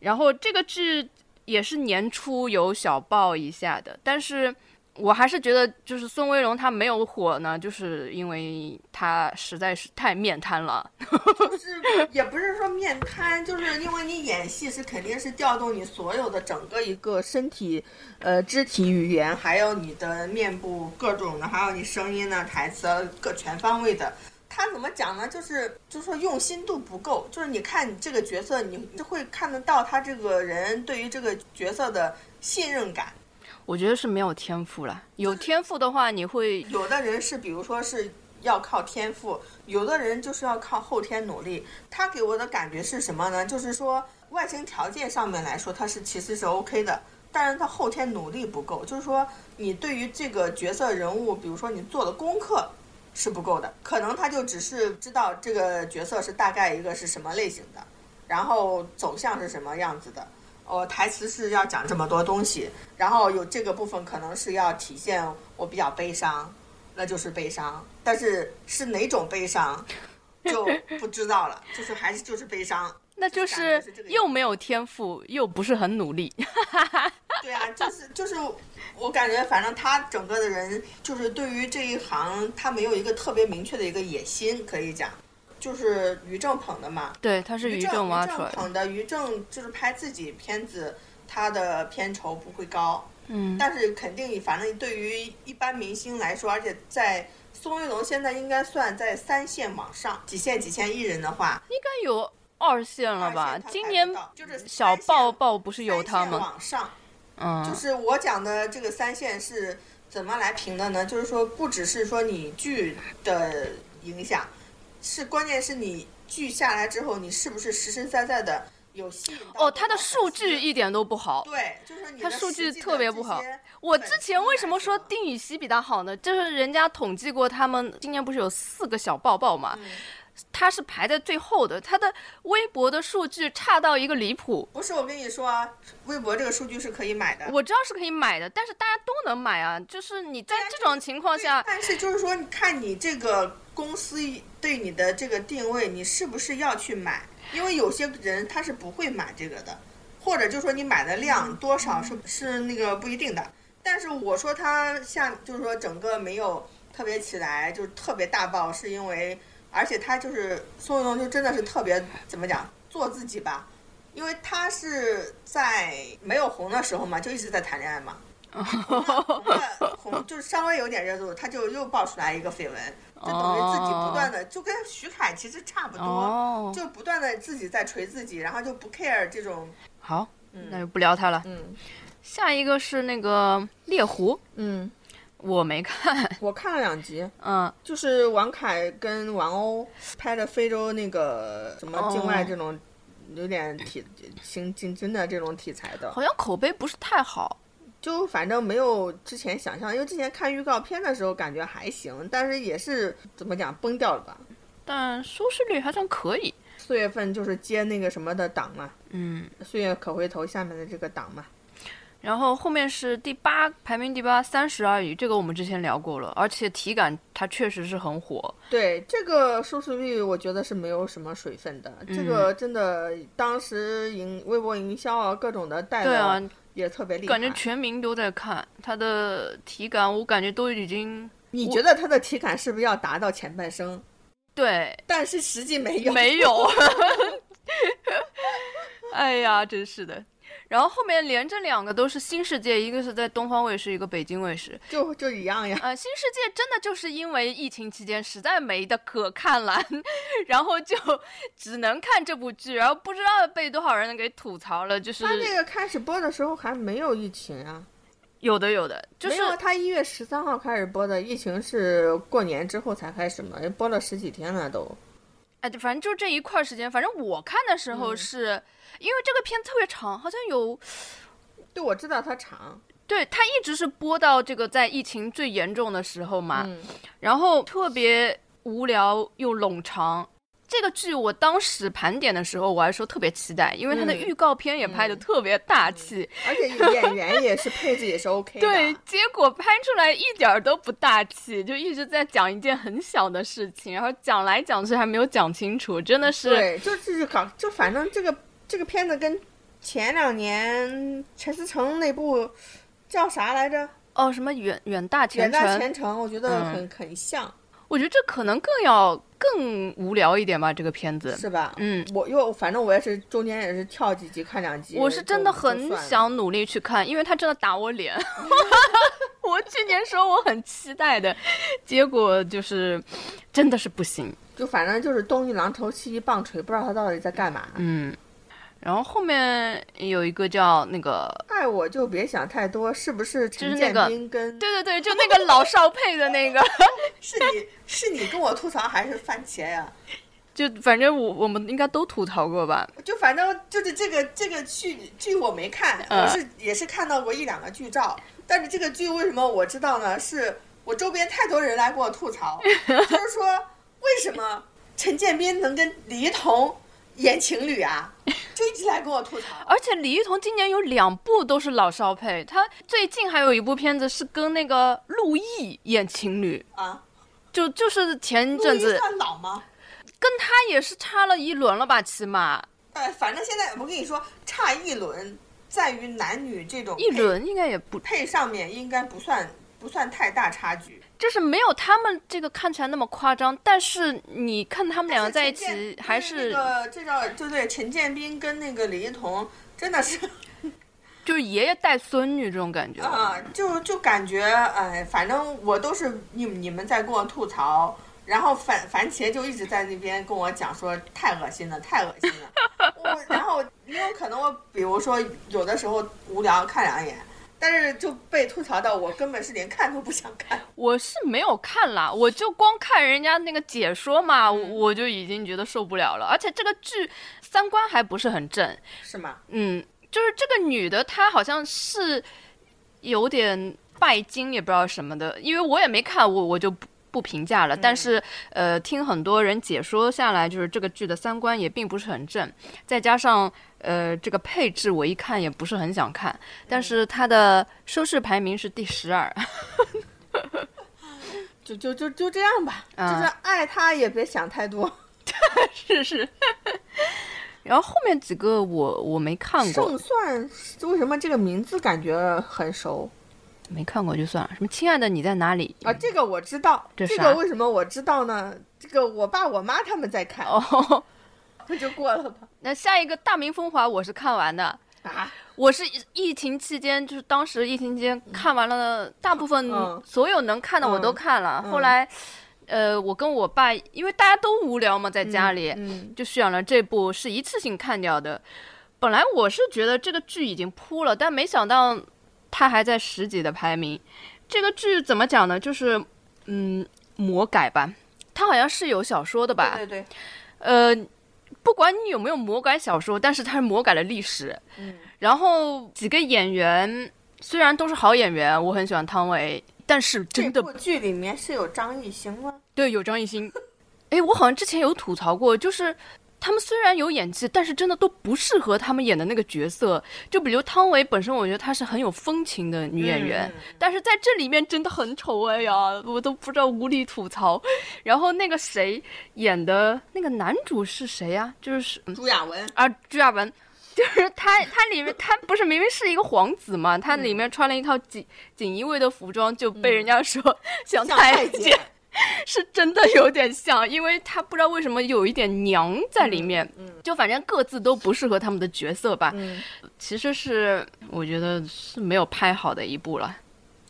A: 然后这个剧也是年初有小爆一下的，但是。我还是觉得，就是孙威龙他没有火呢，就是因为他实在是太面瘫了。
B: 就是也不是说面瘫，就是因为你演戏是肯定是调动你所有的整个一个身体，呃，肢体语言，还有你的面部各种的，还有你声音呢、台词啊各全方位的。他怎么讲呢？就是就是说用心度不够，就是你看你这个角色，你你会看得到他这个人对于这个角色的信任感。
A: 我觉得是没有天赋了。有天赋的话，你会
B: 有的人是，比如说是要靠天赋，有的人就是要靠后天努力。他给我的感觉是什么呢？就是说外形条件上面来说，他是其实是 OK 的，但是他后天努力不够。就是说你对于这个角色人物，比如说你做的功课。是不够的，可能他就只是知道这个角色是大概一个是什么类型的，然后走向是什么样子的，哦，台词是要讲这么多东西，然后有这个部分可能是要体现我比较悲伤，那就是悲伤，但是是哪种悲伤就不知道了，就是还是就是悲伤。
A: 那就
B: 感觉
A: 是
B: 是这个样
A: 又没有天赋，又不是很努力。
B: 对啊，就是就是，我感觉反正他整个的人就是对于这一行他没有一个特别明确的一个野心，可以讲，就是于正捧的嘛，
A: 对，他是于
B: 正
A: 正挖出
B: 于
A: 来
B: 正
A: 的。
B: 捧的，于正就是拍自己片子，他的片酬不会高，
A: 嗯，
B: 但是肯定，反正对于一般明星来说，而且在宋威龙现在应该算在三线往上，几线几线艺人的话，
A: 应该有二线了
B: 二
A: 吧？
B: 线他
A: 今
B: 排不
A: 年
B: 到就是三
A: 小
B: 线
A: 爆爆不是有
B: 三
A: 他
B: 线
A: 吗？
B: 往上，就
A: 嗯，
B: 是我讲的这个三线是怎么来评的呢？就是说，不只是说你剧的影响，是关键是你剧下来之后，你是不是实实在在的有吸引到
A: 哦，他的
B: 多少
A: 数
B: 粉丝
A: 据一点都不好。
B: 对，就是你
A: 他
B: 的
A: 数
B: 实
A: 据
B: 际的
A: 特别
B: 这
A: 不好
B: 些
A: 我
B: 粉
A: 之
B: 丝
A: 前为什
B: 来
A: 么说丁禹兮比他好呢？就是人家统计过，他们今年不是有四个小爆爆嘛？
B: 嗯
A: 它是排在最后的，它的微博的数据差到一个离谱。
B: 不是我跟你说啊，微博这个数据是可以买的。
A: 我知道是可以买的，但是大家都能买啊，就是你在这种情况下，
B: 但是就是说，你看你这个公司对你的这个定位，你是不是要去买？因为有些人他是不会买这个的，或者就说你买的量多少是是那个不一定的。但是我说它下就是说整个没有特别起来，就是特别大爆，是因为而且它就是宋冬就真的是特别怎么讲做自己吧，因为他是在没有红的时候嘛，就一直在谈恋爱 嘛。红了红就是稍微有点热度，他就又爆出来一个绯闻，就等于自己不断的，就跟徐凯其实差不
A: 哦
B: 多，就不断的自己在锤自己，然后就不 care 这种，
A: 好，那就不聊它了。
B: 嗯
A: 下一个是那个猎狐，
B: 嗯，
A: 我没看，
B: 我看了两集，
A: 嗯，
B: 就是王凯跟王鸥拍的非洲那个什么境
A: 哦
B: 外这种有点题刑竞争的这种题材的，
A: 好像口碑不是太好。
B: 就反正没有之前想象，因为之前看预告片的时候感觉还行，但是也是怎么讲崩掉了吧。
A: 但收视率还算可以。
B: 四月份就是接那个什么的档嘛，
A: 嗯，
B: 《岁月可回头》下面的这个档嘛。
A: 然后后面是第八，排名第八，《三十而已》，这个我们之前聊过了，而且体感它确实是很火。
B: 对这个收视率，我觉得是没有什么水分的。这
A: 嗯
B: 个真的，当时营微博营销啊，各种的带
A: 对啊
B: 的，也特别厉害。
A: 感觉全民都在看，它的体感我感觉都已经
B: 你觉得它的体感是不是要达到前半生？
A: 对
B: 但是实际没有。
A: 没 有。哎呀，真是的。然后后面连着两个都是新世界，一个是在东方卫视，一个北京卫视。
B: 就就一样呀。
A: 呃，新世界真的就是因为疫情期间实在没的可看了， 然后就只能看这部剧，然后不知道被多少人给吐槽了，就是
B: 它这个开始播的时候还没有疫情啊，
A: 有的有的，就是
B: 没有。它一月十三号开始播的，疫情是过年之后才开始嘛，播了十几天了都。
A: 哎，对反正就这一块儿时间，反正我看的时
B: 嗯
A: 候是、因为这个片特别长，好像有
B: 对，我知道它长。
A: 对它一直是播到这个在疫情最严重的时候嘛，
B: 嗯
A: 然后特别无聊又冗长。这个剧我当时盘点的时候，我还说特别期待，因为它的
B: 嗯
A: 预告片也拍的特别大气，
B: 而且 演员也是配置也是 OK 的。
A: 对，结果拍出来一点儿都不大气，就一直在讲一件很小的事情，然后讲来讲去还没有讲清楚，真的是
B: 对，就就是搞，就反正这个这个片子跟前两年陈思诚那部叫啥来着《
A: 哦，什么远远大前
B: 远
A: 程，嗯
B: 大前程》，我觉得很、很像，
A: 我觉得这可能更要更无聊一点吧，这个片子。
B: 是吧？
A: 嗯，
B: 我因为我反正我也是中间也是跳几集看两集，
A: 我是真的很
B: 就就算了
A: 想努力去看，因为他真的打我 脸。我去年说我很期待的，结果就是真的是不行。
B: 就反正就是东一榔头西一棒槌，不知道他到底在干嘛。
A: 嗯，然后后面有一个叫那个
B: 爱哎我就别想太多，是不是陈
A: 就是那
B: 建
A: 个
B: 斌跟？
A: 对对对，就那个老少配的那个，
B: 是你是你跟我吐槽还是番茄呀、
A: 就反正我我们应该都吐槽过吧。
B: 就反正就是这个这个剧剧我没看，
A: 嗯
B: 我是也是看到过一两个剧照，但是这个剧为什么我知道呢？是我周边太多人来给我 吐槽，就是说为什么陈建斌能跟李一桐演情侣啊？就一直来跟我吐槽。
A: 而且李一桐今年有两部都是老少配，她最近还有一部片子是跟那个陆毅演情侣，
B: 啊，
A: 就就是前一
B: 陆
A: 阵
B: 毅
A: 子
B: 算老吗？
A: 跟她也是差了一轮了吧，起码
B: 呃，反正现在我跟你说，差一轮在于男女这种
A: 一轮应该也不，
B: 配上面应该不算不算太大差距。
A: 就是没有他们这个看起来那么夸张，但是你看他们两个在一
B: 陈建
A: 起还
B: 就是
A: 是
B: 那个这叫就对陈建斌跟那个李一桐真的是
A: 就是爷爷带孙女这种感觉。
B: 啊、就就感觉哎，反正我都是你你们在跟我吐槽，然后番番茄就一直在那边跟我讲说太恶心了，太恶心了。我然后也有可能我比如说有的时候无聊看两眼。但是就被吐槽到，我根本是连看都不想看。
A: 我是没有看啦，我就光看人家那个解说嘛，我
B: 嗯
A: 我就已经觉得受不了了。而且这个剧三观还不是很正，
B: 是吗？
A: 嗯，就是这个女的她好像是有点拜金，也不知道什么的，因为我也没看，我我就不不评价了。但是呃，听很多人解说下来，就是这个剧的三观也并不是很正，再加上呃这个配置，我一看也不是很想看。但是它的收视排名是第十二，
B: 就就就就这样吧，
A: 嗯
B: 就是爱他也别想太多。
A: 是是。然后后面几个我我没看过
B: 胜，算为什么这个名字感觉很熟
A: 没看过就算了。什么亲爱的你在哪里？
B: 啊？这个我知道，
A: 嗯这
B: 这
A: 啥
B: 个为什么我知道呢？这个我爸我妈他们在看，
A: 哦，
B: 那就过了吧。
A: 那下一个《大明风华》我是看完的，
B: 啊，
A: 我是疫情期间，就是当时疫情期间看完了大部分
B: 嗯
A: 所有能看的我都看了。后来，呃，我跟我爸，因为大家都无聊嘛，在家里、
B: 嗯，
A: 就选了这部是一次性看掉的。本来我是觉得这个剧已经扑了，但没想到它还在十几的排名。这个剧怎么讲呢？就是嗯，魔改吧，它好像是有小说的吧？
B: 对对对，
A: 呃，不管你有没有魔改小说，但是它是魔改了历史。
B: 嗯，
A: 然后几个演员虽然都是好演员，我很喜欢汤唯，但是真的
B: 这部剧里面是有张艺兴吗？
A: 对有张艺兴。 哎，我好像之前有吐槽过，就是他们虽然有演技，但是真的都不适合他们演的那个角色。就比如汤唯本身，我觉得她是很有风情的女演员，
B: 嗯
A: 但是在这里面真的很丑，哎呀，我都不知道无力吐槽。然后那个谁演的那个男主是谁呀、就是
B: 朱亚文，
A: 啊，朱亚文，就是他，他里面他不是明明是一个皇子嘛，他里面穿了一套锦锦衣卫的服装，就被人家说像
B: 像
A: 太
B: 太
A: 监，是真的有点像，因为他不知道为什么有一点娘在里面，就反正各自都不适合他们的角色吧。
B: 嗯，
A: 其实是我觉得是没有拍好的一部了。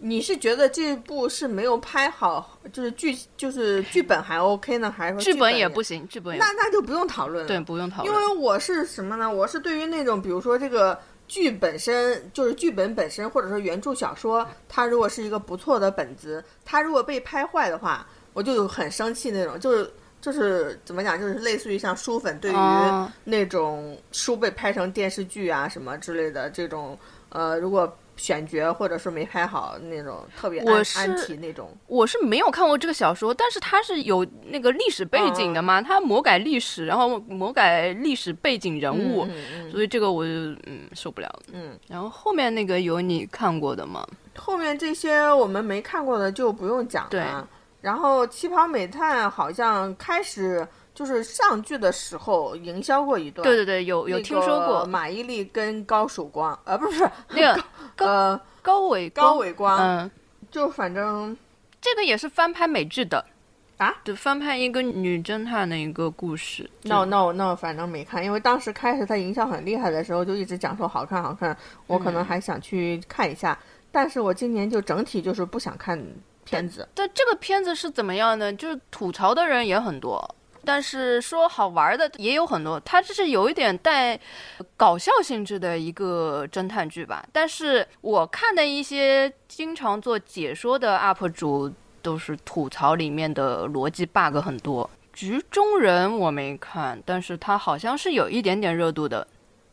B: 你是觉得这部是没有拍好，就是剧就是剧本还 OK 呢，还是说
A: 剧
B: 本
A: 本也不行，剧本也
B: 那那就不用讨论了。
A: 对，不用讨
B: 因
A: 论。
B: 为我是什么呢？我是对于那种，比如说这个剧本身，就是剧本本身，或者说原著小
A: 嗯
B: 说，它如果是一个不错的本子，它如果被拍坏的话，我就很生气那种，就是。就是怎么讲，就是类似于像书粉对于
A: 哦
B: 那种书被拍成电视剧啊什么之类的这种，呃，如果选角或者说没拍好那种特别
A: 我
B: 安
A: 是
B: 安提那种，
A: 我是没有看过这个小说，但是它是有那个历史背景的嘛，它魔改历史，然后魔改历史背景人物，
B: 嗯嗯
A: 所以这个我就嗯受不了。
B: 嗯，
A: 然后后面那个有你看过的吗？
B: 后面这些我们没看过的就不用讲
A: 对
B: 了。然后《旗袍美探》好像开始就是上剧的时候营销过一段，
A: 对对对，有有听说过
B: 马伊琍跟高曙光，呃，不是，
A: 那个
B: 呃，
A: 高伟
B: 高伟光，
A: 嗯，
B: 就反正
A: 这个也是翻拍美剧的
B: 啊，
A: 就翻拍一个女侦探的一个故事。
B: 那我那我那我反正没看，因为当时开始它营销很厉害的时候，就一直讲说好看好看，我可
A: 嗯
B: 能还想去看一下，但是我今年就整体就是不想看片子，
A: 但这个片子是怎么样呢？就是吐槽的人也很多，但是说好玩的也有很多。它这是有一点带搞笑性质的一个侦探剧吧。但是我看的一些经常做解说的 UP 主都是吐槽里面的逻辑 bug 很多。局中人我没看，但是它好像是有一点点热度的。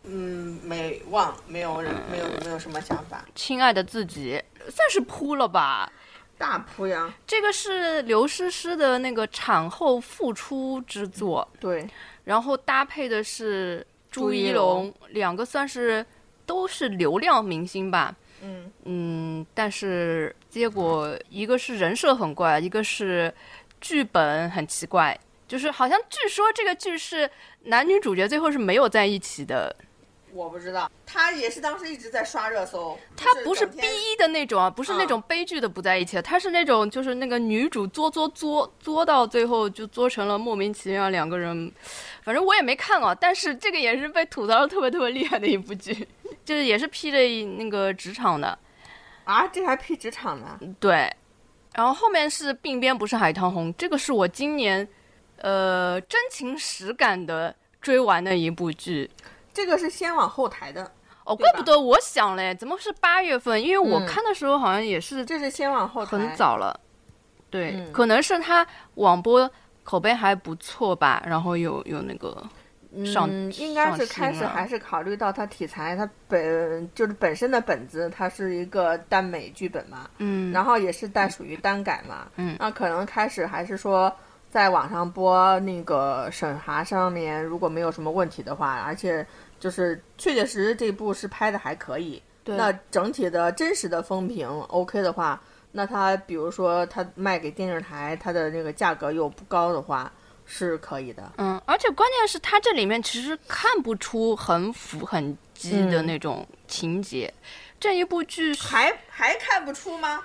B: 嗯，没忘，没有人没有没有什么想法，
A: 亲爱的自己算是扑了吧？
B: 大扑呀。
A: 这个是刘诗诗的那个产后复出之作，
B: 对，
A: 然后搭配的是朱
B: 朱一
A: 一龙，两个算是都是流量明星吧。
B: 嗯
A: 嗯，但是结果一个是人设很怪，一个是剧本很奇怪，就是好像据说这个剧是男女主角最后是没有在一起的，，
B: 我不知道，他也是当时一直在刷热搜。
A: 他
B: 就
A: 不是
B: 整
A: 逼
B: 天
A: 的那种啊，不是那
B: 嗯
A: 种悲剧的不在一起，他是那种就是那个女主作作作作到最后就作成了莫名其妙两个人，反正我也没看啊，但是这个也是被吐槽的特别特别厉害的一部剧， 就是也是披着一那个职场的，
B: 啊，这还批职场呢？
A: 对，然后后面是鬓边不是海棠红，这个是我今年呃真情实感的追完的一部剧，
B: 这个是先往后台的，
A: 哦，
B: 对
A: 怪
B: 吧
A: 不得我想嘞，怎么是八月份？因为我
B: 嗯
A: 看的时候好像也是
B: 这是先往后台。
A: 很。早了，对，
B: 嗯
A: 可能是他网播口碑还不错吧，然后有有那个上
C: 嗯，应该是
A: 上
C: 开
A: 心
C: 始
A: 了
C: 还是考虑到它题材，它本就是本身的本子，它是一个耽美剧本嘛，
A: 嗯，
C: 然后也是带属于单改嘛，
A: 嗯
C: 那可能开始还是说在网上播那个审查上面，如果没有什么问题的话，而且就是确确实实这部是拍的还可以，
A: 对
C: 那整体的真实的风评 OK 的话，那它比如说它卖给电视台，它的那个价格又不高的话，是可以的。
A: 嗯，而且关键是它这里面其实看不出很腐很激的
C: 嗯
A: 那种情节，这一部剧是
B: 还还看不出吗？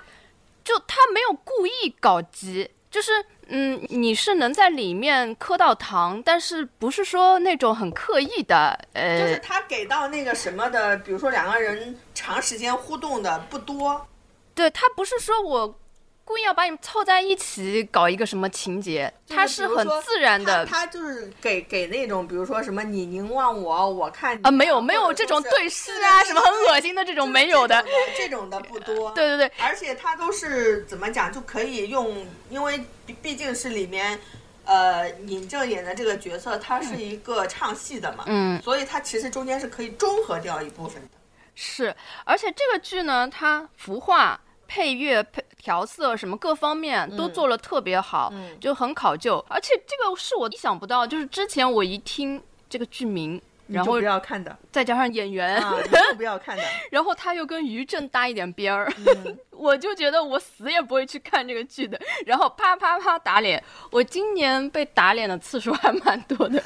A: 就他没有故意搞基，就是嗯，你是能在里面磕到糖，但是不是说那种很刻意的，呃，
B: 就是他给到那个什么的，比如说两个人长时间互动的不多，
A: 对他不是说我故意要把你们凑在一起搞一个什么情节，他
C: 就是比如
A: 很
C: 说
A: 自然的。呃
C: 他他就是给给那种，比如说什么你凝望我，我看你
A: 啊，没有没
B: 或
A: 有
B: 者
A: 这
B: 说
A: 种
B: 是
A: 对视啊，
B: 是
A: 什么很恶心的这种没有的。
B: 这种的，这种的不多。
A: 对对对，
B: 而且它都是怎么讲，就可以用，因为毕毕竟是里面，呃，尹正演的这个角色，他是一个唱戏的嘛，
A: 嗯，
B: 所以他其实中间是可以中和掉一部分的。
A: 是，而且这个剧呢，它服化、配乐、配调色什么各方面都做了特别好，
C: 嗯
A: 就很考究。而且这个是我意想不到，就是之前我一听这个剧名，
C: 你就
A: 然后
C: 不要看 的
A: 再加上演员，
C: 啊，你就不要看的。
A: 然后他又跟于正搭一点边儿，
C: 嗯
A: 我就觉得我死也不会去看这个剧的。然后啪啪啪打脸，我今年被打脸的次数还蛮多的。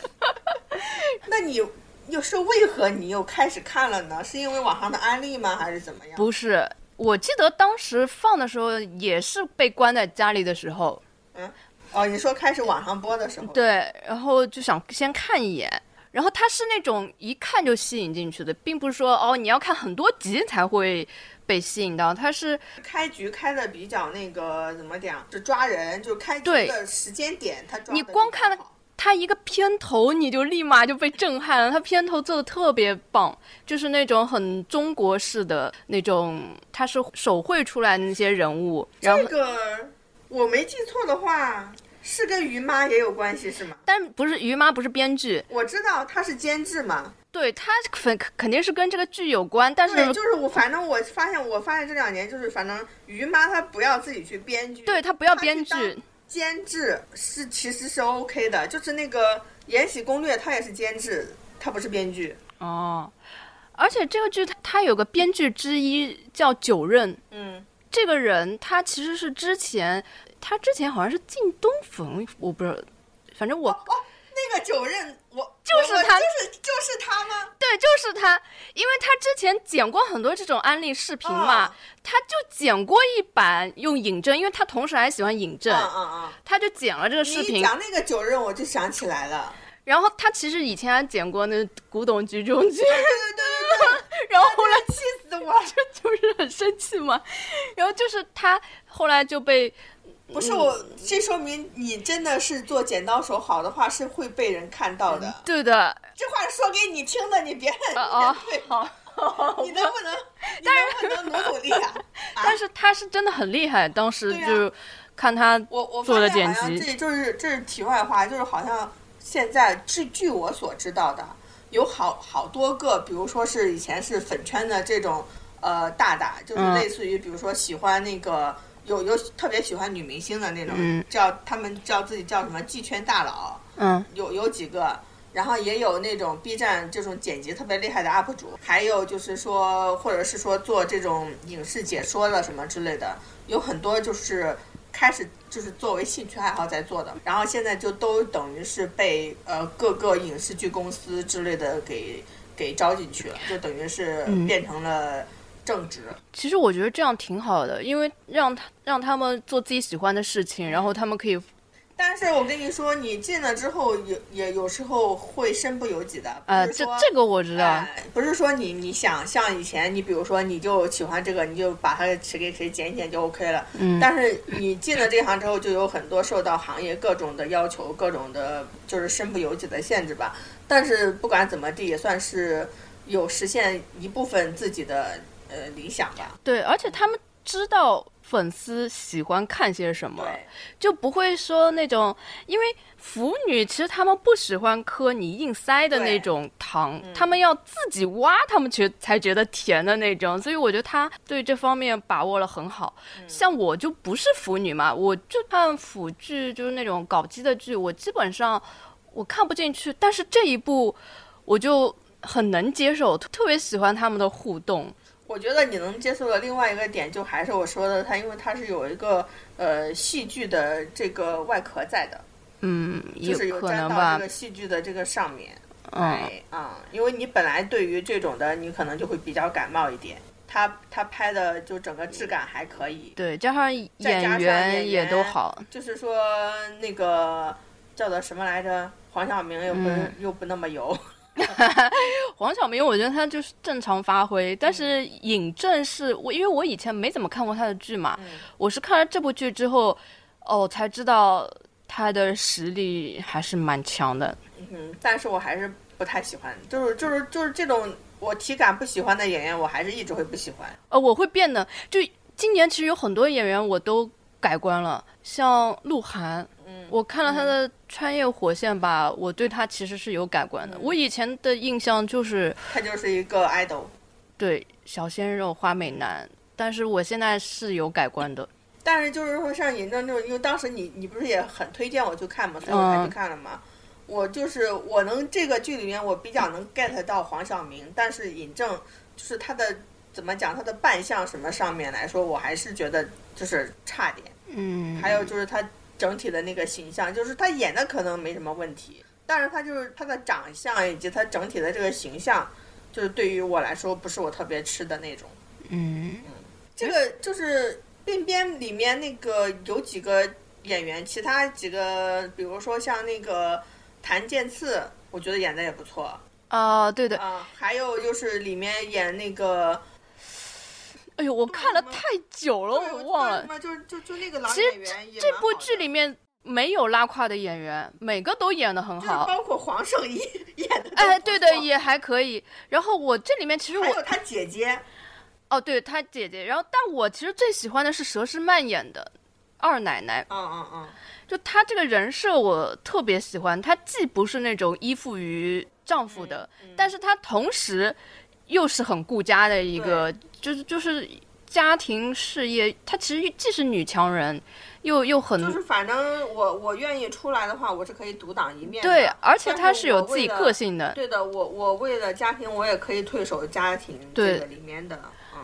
B: 那你又是为何你又开始看了呢？是因为网上的安利吗？还是怎么 样？
A: 不是，我记得当时放的时候也是被关在家里的时候，
B: 哦，你说开始网上播的时候，，
A: 对，然后就想先看一眼。然后它是那种一看就吸引进去的，并不是说哦你要看很多集才会被吸引到，它是
B: 开局开的比较那个怎么讲，就抓人，就开局
A: 对
B: 的时间点，他抓
A: 你
B: 得
A: 光
B: 比较
A: 看了
B: 好
A: 它一个片头你就立马就被震撼了，它片头做的特别棒，就是那种很中国式的那种，它是手绘出来的那些人物，然后
B: 这个我没记错的话，是跟于妈也有关系是吗？
A: 但不是于妈不是编剧，
B: 我知道他是监制嘛，
A: 对他肯肯定是跟这个剧有关，但是
B: 对，就是我，反正我发现，我发现这两年就是，反正于妈她不要自己去编剧，
A: 对他不要
B: 她去
A: 编
B: 当
A: 剧，
B: 监制是其实是 OK 的，就是那个《延禧攻略》，她也是监制，她不是编剧，
A: 哦，而且这个剧它它有个编剧之一叫九任，
B: 嗯，
A: 这个人他其实是之前他之前好像是靳东粉，我不知道，反正我
B: 那个九任我
A: 就是
B: 我我
A: 她
B: 就是就是她吗？
A: 对就是他，因为他之前剪过很多这种安利视频嘛，
B: 哦
A: 他就剪过一版用尹正，因为他同时还喜欢尹正，
B: 嗯嗯嗯，
A: 他就剪了这个视
B: 你一
A: 频。
B: 讲那个九任，我就想起来了，
A: 然后他其实以前还剪过那古董局中局，
B: 对对对对对，
A: 然后后来
B: 气死我了！
A: 就是很生气嘛，然后就是他后来就被
B: 不
A: 嗯
B: 是我，这说明你真的是做剪刀手好的话，是会被人看到的。
A: 对 的，
B: 这话说给你听的，你别
A: 啊啊
B: 对，
A: 好，
B: 哦你能 不能，你能不能努努力啊？啊
A: 但是他是真的很厉害，当时
B: 对啊
A: 就看他
B: 我我
A: 做
B: 发
A: 了
B: 现好
A: 剪
B: 像
A: 辑
B: 这就是这是题外话，就是好像现在据据我所知道的，有好好多个，比如说是以前是粉圈的这种呃大大，就是
A: 嗯
B: 类似于比如说喜欢那个。有有特别喜欢女明星的那种，
A: 嗯
B: 叫他们叫自己叫什么“季圈大佬”，
A: 嗯
B: 有有几个，然后也有那种 B 站这种剪辑特别厉害的 UP 主，还有就是说，或者是说做这种影视解说的什么之类的，有很多就是开始就是作为兴趣爱好在做的，然后现在就都等于是被呃各个影视剧公司之类的给给招进去了，就等于是
A: 嗯
B: 变成了正职。
A: 其实我觉得这样挺好的，因为让他让他们做自己喜欢的事情，然后他们可以
B: 但是我跟你说，你进了之后也也有时候会身不由己的，
A: 呃，
B: 不是
A: 这
B: 说
A: 这个我知道，
B: 哎不是说你你想像以前，你比如说你就喜欢这个，你就把它谁给谁剪一剪就 OK 了。
A: 嗯
B: 但是你进了这行之后，就有很多受到行业各种的要求，各种的就是身不由己的限制吧。但是不管怎么地，也算是有实现一部分自己的呃理想吧。
A: 对，而且他们知道粉丝喜欢看些什么，
B: 对，
A: 就不会说那种，因为腐女其实她们不喜欢磕你硬塞的那种糖，
B: 嗯
A: 她们要自己挖，她们觉才觉得甜的那种。所以我觉得她对这方面把握了很好。
B: 嗯
A: 像我就不是腐女嘛，我就看腐剧，就是那种搞基的剧，我基本上我看不进去。但是这一部我就很能接受，特别喜欢他们的互动。
B: 我觉得你能接受的另外一个点，就还是我说的，它因为它是有一个呃戏剧的这个外壳在的，
A: 嗯，
B: 就
A: 也
B: 是有
A: 可
B: 沾
A: 能
B: 到
A: 吧
B: 这个。戏剧的这个上面。
A: 嗯，
B: 哎啊、因为你本来对于这种的，你可能就会比较感冒一点。他他拍的就整个质感还可以，
A: 对，加上
B: 再加上
A: 演员也都好。
B: 就是说那个叫做什么来着？黄晓明又不、
A: 嗯
B: 又不那么油，
A: 黄晓明，我觉得他就是正常发挥，
B: 嗯
A: 但是尹正是我，因为我以前没怎么看过他的剧嘛，
B: 嗯
A: 我是看了这部剧之后，哦，才知道他的实力还是蛮强的。
B: 嗯，但是我还是不太喜欢，就是就是就是这种我体感不喜欢的演员，我还是一直会不喜欢。
A: 呃，我会变的，就今年其实有很多演员我都改观了，像鹿晗，
B: 嗯
A: 我看了他的《穿越火线》吧，我对他其实是有改观的。
B: 嗯
A: 我以前的印象就是
B: 他就是一个 idol，
A: 对小鲜肉、花美男，但是我现在是有改观的。
B: 但是就是说像尹正这种，因为当时你你不是也很推荐我去看嘛，所以我才去看了嘛。我就是我能这个剧里面我比较能 get 到黄晓明，但是尹正就是他的怎么讲他的扮相什么上面来说，我还是觉得就是差点。
A: 嗯，
B: 还有就是他整体的那个形象，就是他演的可能没什么问题，但是他就是他的长相以及他整体的这个形象，就是对于我来说不是我特别吃的那种。
A: 嗯。
B: 这个就是《鬓边》里面那个有几个演员，其他几个，比如说像那个谭健次，我觉得演的也不错啊、
A: 啊，对的，
B: 还有就是里面演那个，
A: 哎呦，我看了太久了，
B: 对
A: 哦我忘
B: 哎叫什
A: 了。
B: 么就是就就那个老
A: 其实
B: 演员也
A: 这
B: 蛮
A: 部
B: 好的
A: 剧里。面没有拉胯的演员，每个都演得很
B: 就是
A: 好。
B: 包括黄圣依 演的，
A: 哎，对的，也还可以。然后我这里面其实
B: 还有
A: 我
B: 他姐姐，
A: 哦，对她姐姐，然后但我其实最喜欢的是佘诗曼演的二奶奶，
B: 嗯嗯嗯，
A: 就她这个人设我特别喜欢，她既不是那种依附于丈夫的，
B: 嗯
A: 但是她同时又是很顾家的一个，就是就是家庭事业，她其实既是女强人，又又很、
B: 就是反正我我愿意出来的话，我是可以独当一面的。
A: 对，而且
B: 但
A: 她
B: 是
A: 是有
B: 我
A: 自己
B: 为了
A: 个性的，
B: 对的，我我为了家庭，我也可以退守家庭
A: 对
B: 这个里面的，嗯，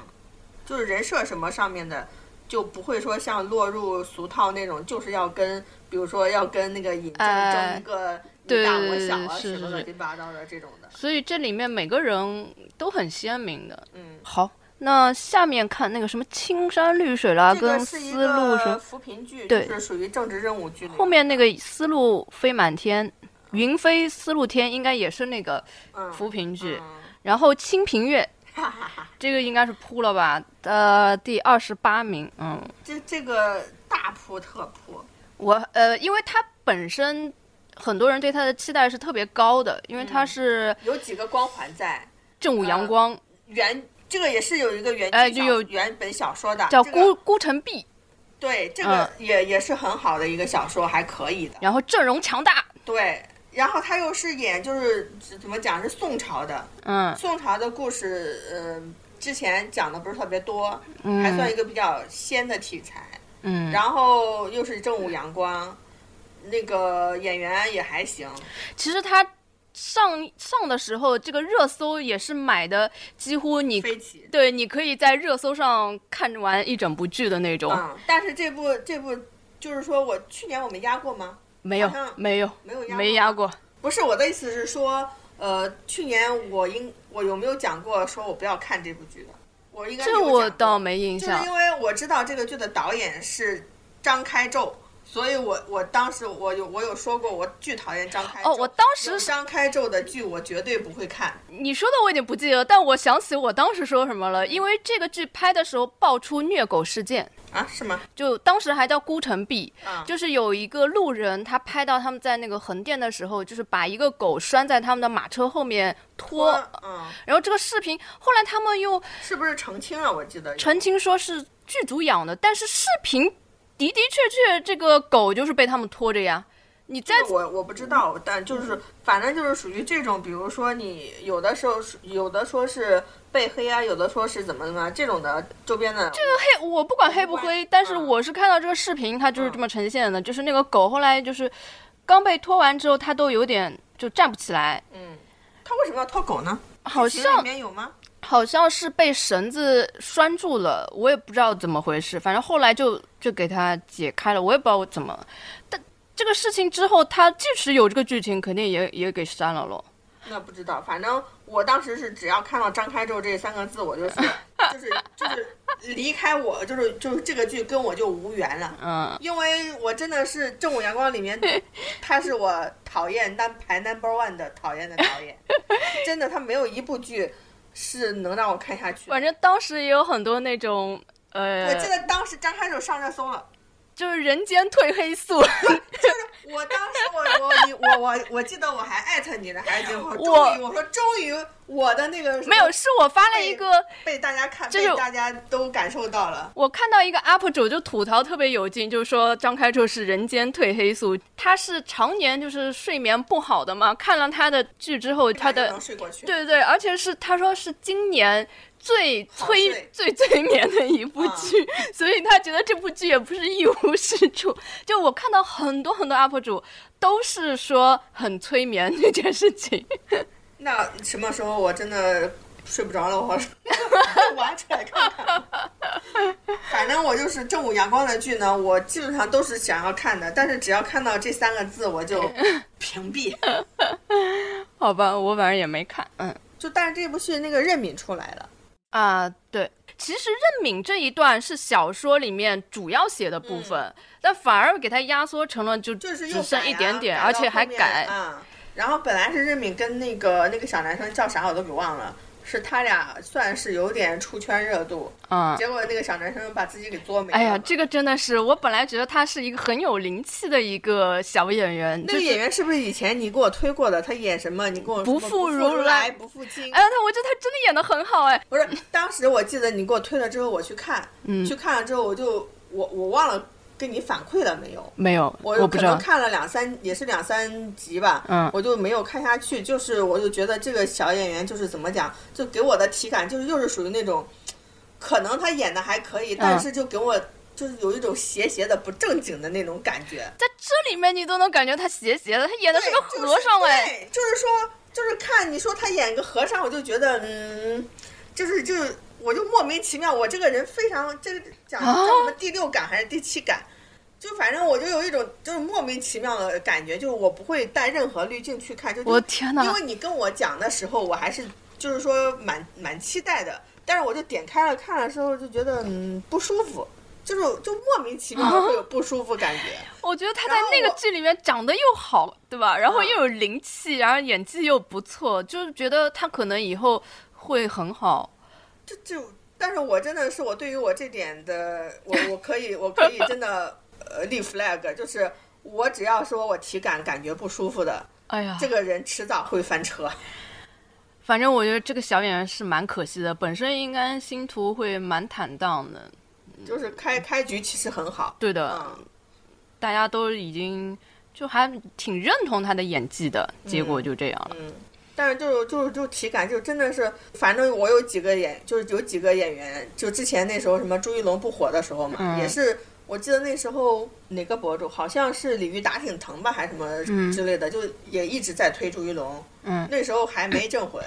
B: 就是人设什么上面的，就不会说像落入俗套那种，就是要跟，比如说要跟那个尹正
A: 哎
B: 争个你
A: 对
B: 大我小啊，
A: 是
B: 什么
A: 是
B: 乱七八糟的这种的，
A: 所以这里面每个人都很鲜明的。
B: 嗯，
A: 好，那下面看那个什么青山绿水啦，
B: 这
A: 跟
B: 个是一
A: 丝路什
B: 个
A: 么，
B: 扶贫剧，
A: 对
B: 就是属于政治任务剧里面。
A: 后面那个丝路飞满天，云飞丝路天应该也是那个
B: 嗯
A: 扶贫剧，
B: 嗯
A: 然后清平 乐。这个应该是扑了吧？呃，第二十八名，嗯，
B: 这这个大扑特扑，
A: 我呃，因为他本身很多人对他的期待是特别高的，因为他是
B: 有几个光环在
A: 正午
B: 嗯
A: 阳光，
B: 原。这个也是有一个原
A: 哎
B: 剧小
A: 就有
B: 原本小说的，
A: 叫
B: 啊这
A: 孤、
B: 个
A: 孤城闭，
B: 对，这
A: 嗯
B: 个也、也是很好的一个小说，还可以的。
A: 然后阵容强大，
B: 对，然后他又是演就是怎么讲是宋朝的，
A: 嗯
B: 宋朝的故事，嗯、之前讲的不是特别多，还算
A: 嗯
B: 一个比较仙的题材。
A: 嗯，
B: 然后又是正午阳光，那个演员也还行，
A: 其实他上上的时候，这个热搜也是买的，几乎你
B: 飞起。
A: 对你可以在热搜上看完一整部剧的那种，
B: 嗯，但是这部这部就是说我去年我们压过吗？
A: 没有
B: 好像
A: 没有
B: 没有压过，
A: 没压过，
B: 不是我的意思是说，呃，去年我应我有没有讲过说我不要看这部剧的？我应该
A: 这
B: 有
A: 我
B: 讲过
A: 倒没印
B: 就是
A: 象
B: 因，为我知道这个剧的导演是张开宙，所以我我当时我有我有说过，我巨讨厌张开宙。
A: 哦我当时
B: 有
A: 是
B: 张开宙的剧我绝对不会看。
A: 你说的我已经不记得，但我想起我当时说什么了，因为这个剧拍的时候爆出虐狗事件，
B: 啊，是吗？
A: 就当时还叫孤城闭，
B: 啊
A: 就是有一个路人，他拍到他们在那个横店的时候，就是把一个狗拴在他们的马车后面拖，
B: 嗯，
A: 然后这个视频后来他们又
B: 是不是澄清了？我记得有
A: 澄清说是剧组养的，但是视频的的确确这个狗就是被他们拖着呀。你在
B: 我我不知道，但
A: 嗯
B: 就是反正就是属于这种，比如说你有的时候是有的说是被黑啊，有的说是怎么怎么样这种的周边的，
A: 这个黑我不管哦嗯黑不
B: 无
A: 黑，
B: 关
A: 但是
B: 嗯
A: 我是看到这个视频，它就是这么呈现的，就是那个狗后来就是刚被拖完之后，它都有点就站不起来，
B: 嗯，他为什么要拖狗呢？
A: 好
B: 剧情里
A: 像
B: 面有吗？
A: 好像是被绳子拴住了，我也不知道怎么回事，反正后来就就给它解开了，我也不知道我怎么，但这个事情之后，它即使有这个剧情，肯定也也给删了咯。
B: 那不知道，反正我当时是只要看到张开宙这三个字，我就是就是就是离开我，就是就是这个剧跟我就无缘了。
A: 嗯，
B: 因为我真的是《正午阳光》里面，他是我讨厌但排 number one 的讨厌的导演，真的，他没有一部剧是能让我看下去的。
A: 反正当时也有很多那种呃
B: 我，记得当时张开宙上热搜了，
A: 就是人间褪黑素。
B: 我当时我我你我我我记得我还艾特你了，还是我终于我说终于我的那个什么
A: 没有，是我发了一个，
B: 被大家看
A: 这
B: 被
A: 是
B: 大家都感受到了。
A: 我看到一个 UP 主就吐槽特别有劲，就是说张开宙是人间褪黑素，他是常年就是睡眠不好的嘛，看了他的剧之后，他
B: 立马就
A: 的
B: 能睡过去，
A: 对对对，而且是他说是今年。最
B: 好
A: 催
B: 睡嗯
A: 最催眠的一部剧， 所以他觉得这部剧也不是一无是处。就我看到很多很多 UP 主都是说很催眠这件事情，
B: 那什么时候我真的睡不着了，我 挖出来看看。反正我就是正午阳光的剧呢，我基本上都是想要看的，但是只要看到这三个字，我就屏蔽。
A: 好吧，我反正也没看，嗯。
B: 就但是这部剧那个任敏出来了，
A: 啊、对，其实任敏这一段是小说里面主要写的部分，但反而给它压缩成了就
B: 嗯就是又
A: 只剩
B: 改
A: 一
B: 啊
A: 点点，
B: 改
A: 而
B: 到
A: 且
B: 后
A: 还
B: 面
A: 改。
B: 啊、然后本来是任敏跟那个那个小男生叫啥我都给忘了，是他俩算是有点出圈热度，
A: 嗯，
B: 结果那个小男生把自己给作没了嘛。
A: 哎呀，这个真的是，我本来觉得他是一个很有灵气的一个小演员，
B: 那
A: 就
B: 个
A: 是
B: 演员是不是以前你给我推过的？他演什么？你跟我说
A: 不
B: 过
A: 负
B: 不
A: 如
B: 如
A: 来
B: 不负卿。
A: 哎呀，他我觉得他真的演的很好哎，
B: 不是，当时我记得你给我推了之后，我去看，
A: 嗯
B: 去看了之后，我就我我忘了跟你反馈了没有。
A: 没有，
B: 我
A: 我不
B: 可
A: 知
B: 能
A: 道，
B: 看了两三，也是两三集吧，
A: 嗯
B: 我就没有看下去。就是我就觉得这个小演员就是怎么讲，就给我的体感就是又是属于那种，可能他演的还可以，
A: 嗯
B: 但是就给我就是有一种邪邪的不正经的那种感觉。
A: 在这里面你都能感觉他邪邪的，他演的是
B: 对
A: 个和尚哎，
B: 就是对就是说，就是看你说他演个和尚，我就觉得，嗯，就是就是，我就莫名其妙，我这个人非常这个讲
A: 啊
B: 叫什么第六感还是第七感，就反正我就有一种就是莫名其妙的感觉，就是我不会带任何滤镜去看，就
A: 我天哪
B: 因为你跟我讲的时候，我还是就是说蛮蛮期待的，但是我就点开了看的时候就觉得嗯不舒服。就是就莫名其妙地
A: 啊
B: 会有不舒服感觉，
A: 我觉得他在
B: 然后
A: 那个
B: 我
A: 剧里面长得又好，对吧？然后
B: 嗯
A: 又有灵气，然后演技又不错，就是觉得他可能以后会很好。
B: 这就，但是我真的是我对于我这点的，我我可以我可以真的呃立 flag，就是我只要说我体感感觉不舒服的，
A: 哎呀，
B: 这个人迟早会翻车。
A: 反正我觉得这个小演员是蛮可惜的，本身应该星途会蛮坦荡的。
B: 就是开开局其实很好，
A: 对的，
B: 嗯，
A: 大家都已经就还挺认同他的演技的，结果就这样了。
B: 但是就是就是就体感就真的是，反正我有几个演，就是有几个演员，就之前那时候什么朱一龙不火的时候嘛，
A: 嗯
B: 也是。我记得那时候哪个博主好像是鲤鱼打挺疼吧，还是什么
A: 嗯
B: 之类的，就也一直在推朱一龙。
A: 嗯，
B: 那时候还没镇魂，